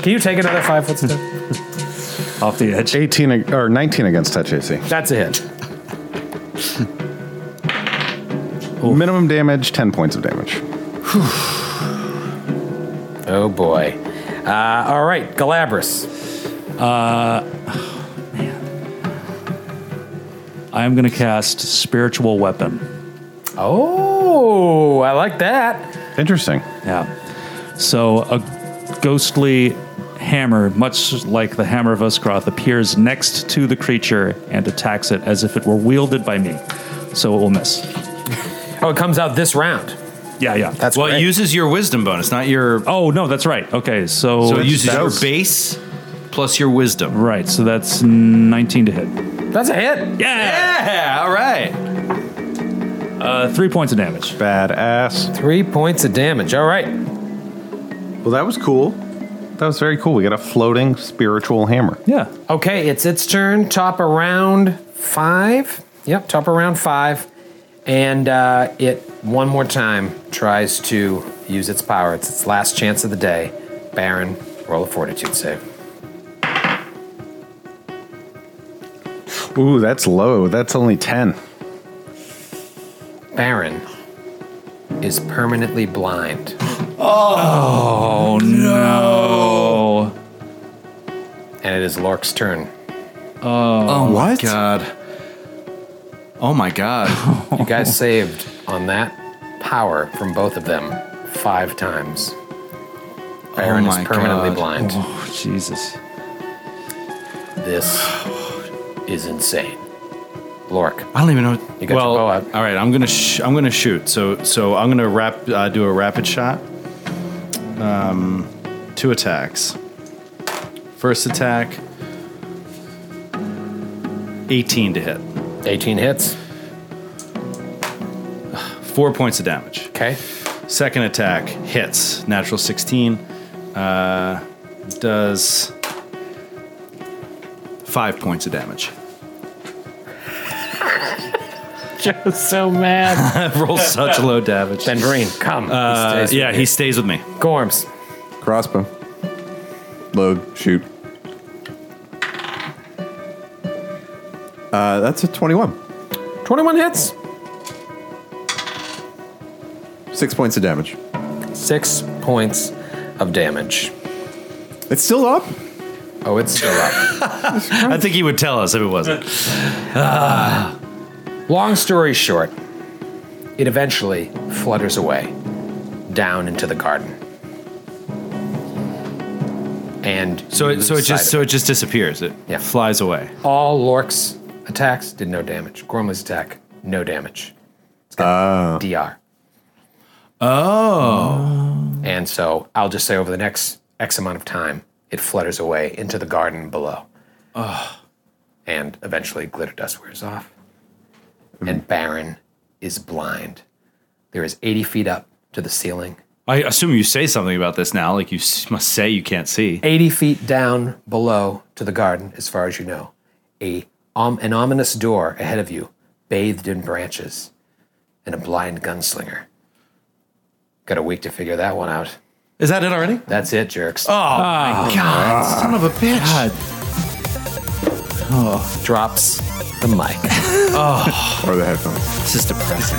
B: Can you take another five foot step?
F: Off the edge.
G: 18 ag- or 19 against touch AC.
B: That's a hit.
G: Minimum damage, 10 points of damage.
B: Oh boy. Uh, all right, Galabras.
F: I am gonna cast spiritual weapon.
B: Oh, I like that.
G: Interesting.
F: Yeah. So a ghostly hammer, much like the hammer of Uskroth, appears next to the creature and attacks it as if it were wielded by me. So it will miss.
B: Oh, it comes out this round.
F: Yeah. Yeah.
B: That's
C: Well, it
B: great.
C: uses your wisdom bonus, not your.
F: Oh no, that's right. Okay, so
C: so it uses your
F: that's-
C: base plus your wisdom.
F: Right, so that's 19 to hit.
B: That's a hit.
F: Yeah,
C: Yeah, all right.
F: uh, three points of damage.
G: Badass.
B: Three points of damage. All right.
G: Well, that was cool. That was very cool. We got a floating spiritual hammer.
F: Yeah.
B: Okay, it's its turn. Top around five. Yep, top around five. And uh, it one more time tries to use its power. It's its last chance of the day. Baron, roll a fortitude save.
G: Ooh, that's low. That's only 10.
B: Baron is permanently blind.
F: Oh, no.
B: And it is Lork's turn.
C: Oh, my god.
B: Oh my god. you guys saved on that power from both of them five times. Baron is
C: Oh my
B: permanently
C: God.
B: blind.
F: Oh, Jesus.
B: This is insane. Lork.
C: I don't even know.
B: You got
C: well,
B: your bow out.
C: all right. I'm gonna sh- I'm gonna shoot. So so I'm gonna rap uh, do a rapid shot. Um, two attacks. First attack. 18 to hit.
B: 18 hits.
C: Four points of damage.
B: Okay.
C: Second attack hits. Natural 16. Uh, does five points of damage.
K: Joe's so mad.
C: Roll such low damage.
B: Ben come.
C: Uh,
E: He stays with
C: yeah,
E: you.
C: he stays with me.
B: Gorms.
E: Crossbow. Load. Shoot. Uh, that's a 21.
B: 21 hits.
E: Six points of damage.
B: Six points of damage.
E: It's still up?
B: Oh, it's still up.
C: I think he would tell us if it wasn't.
B: Long story short, it eventually flutters away down into the garden. And
C: So
B: you
C: it, so it
B: lose sight
C: just
B: of
C: so it just disappears. It flies away.
B: All Lork's attacks did no damage. Gormley's attack, no damage. It's got DR. Oh. And so I'll just say over the next X amount of time, it flutters away into the garden below. Oh. And eventually glitter dust wears off. And Baron is blind. There is 80 feet up to the ceiling.
C: I assume you say something about this now. Like you s- must say you can't see.
B: 80 feet down below to the garden, as far as you know, a, um, an ominous door ahead of you, bathed in branches, and a blind gunslinger. Got a week to figure that one out.
C: Is that it already?
B: That's it, jerks.
C: Oh, my God, son of a bitch!
B: Oh. Drops the mic.
E: oh. Or the headphones.
C: This is depressing.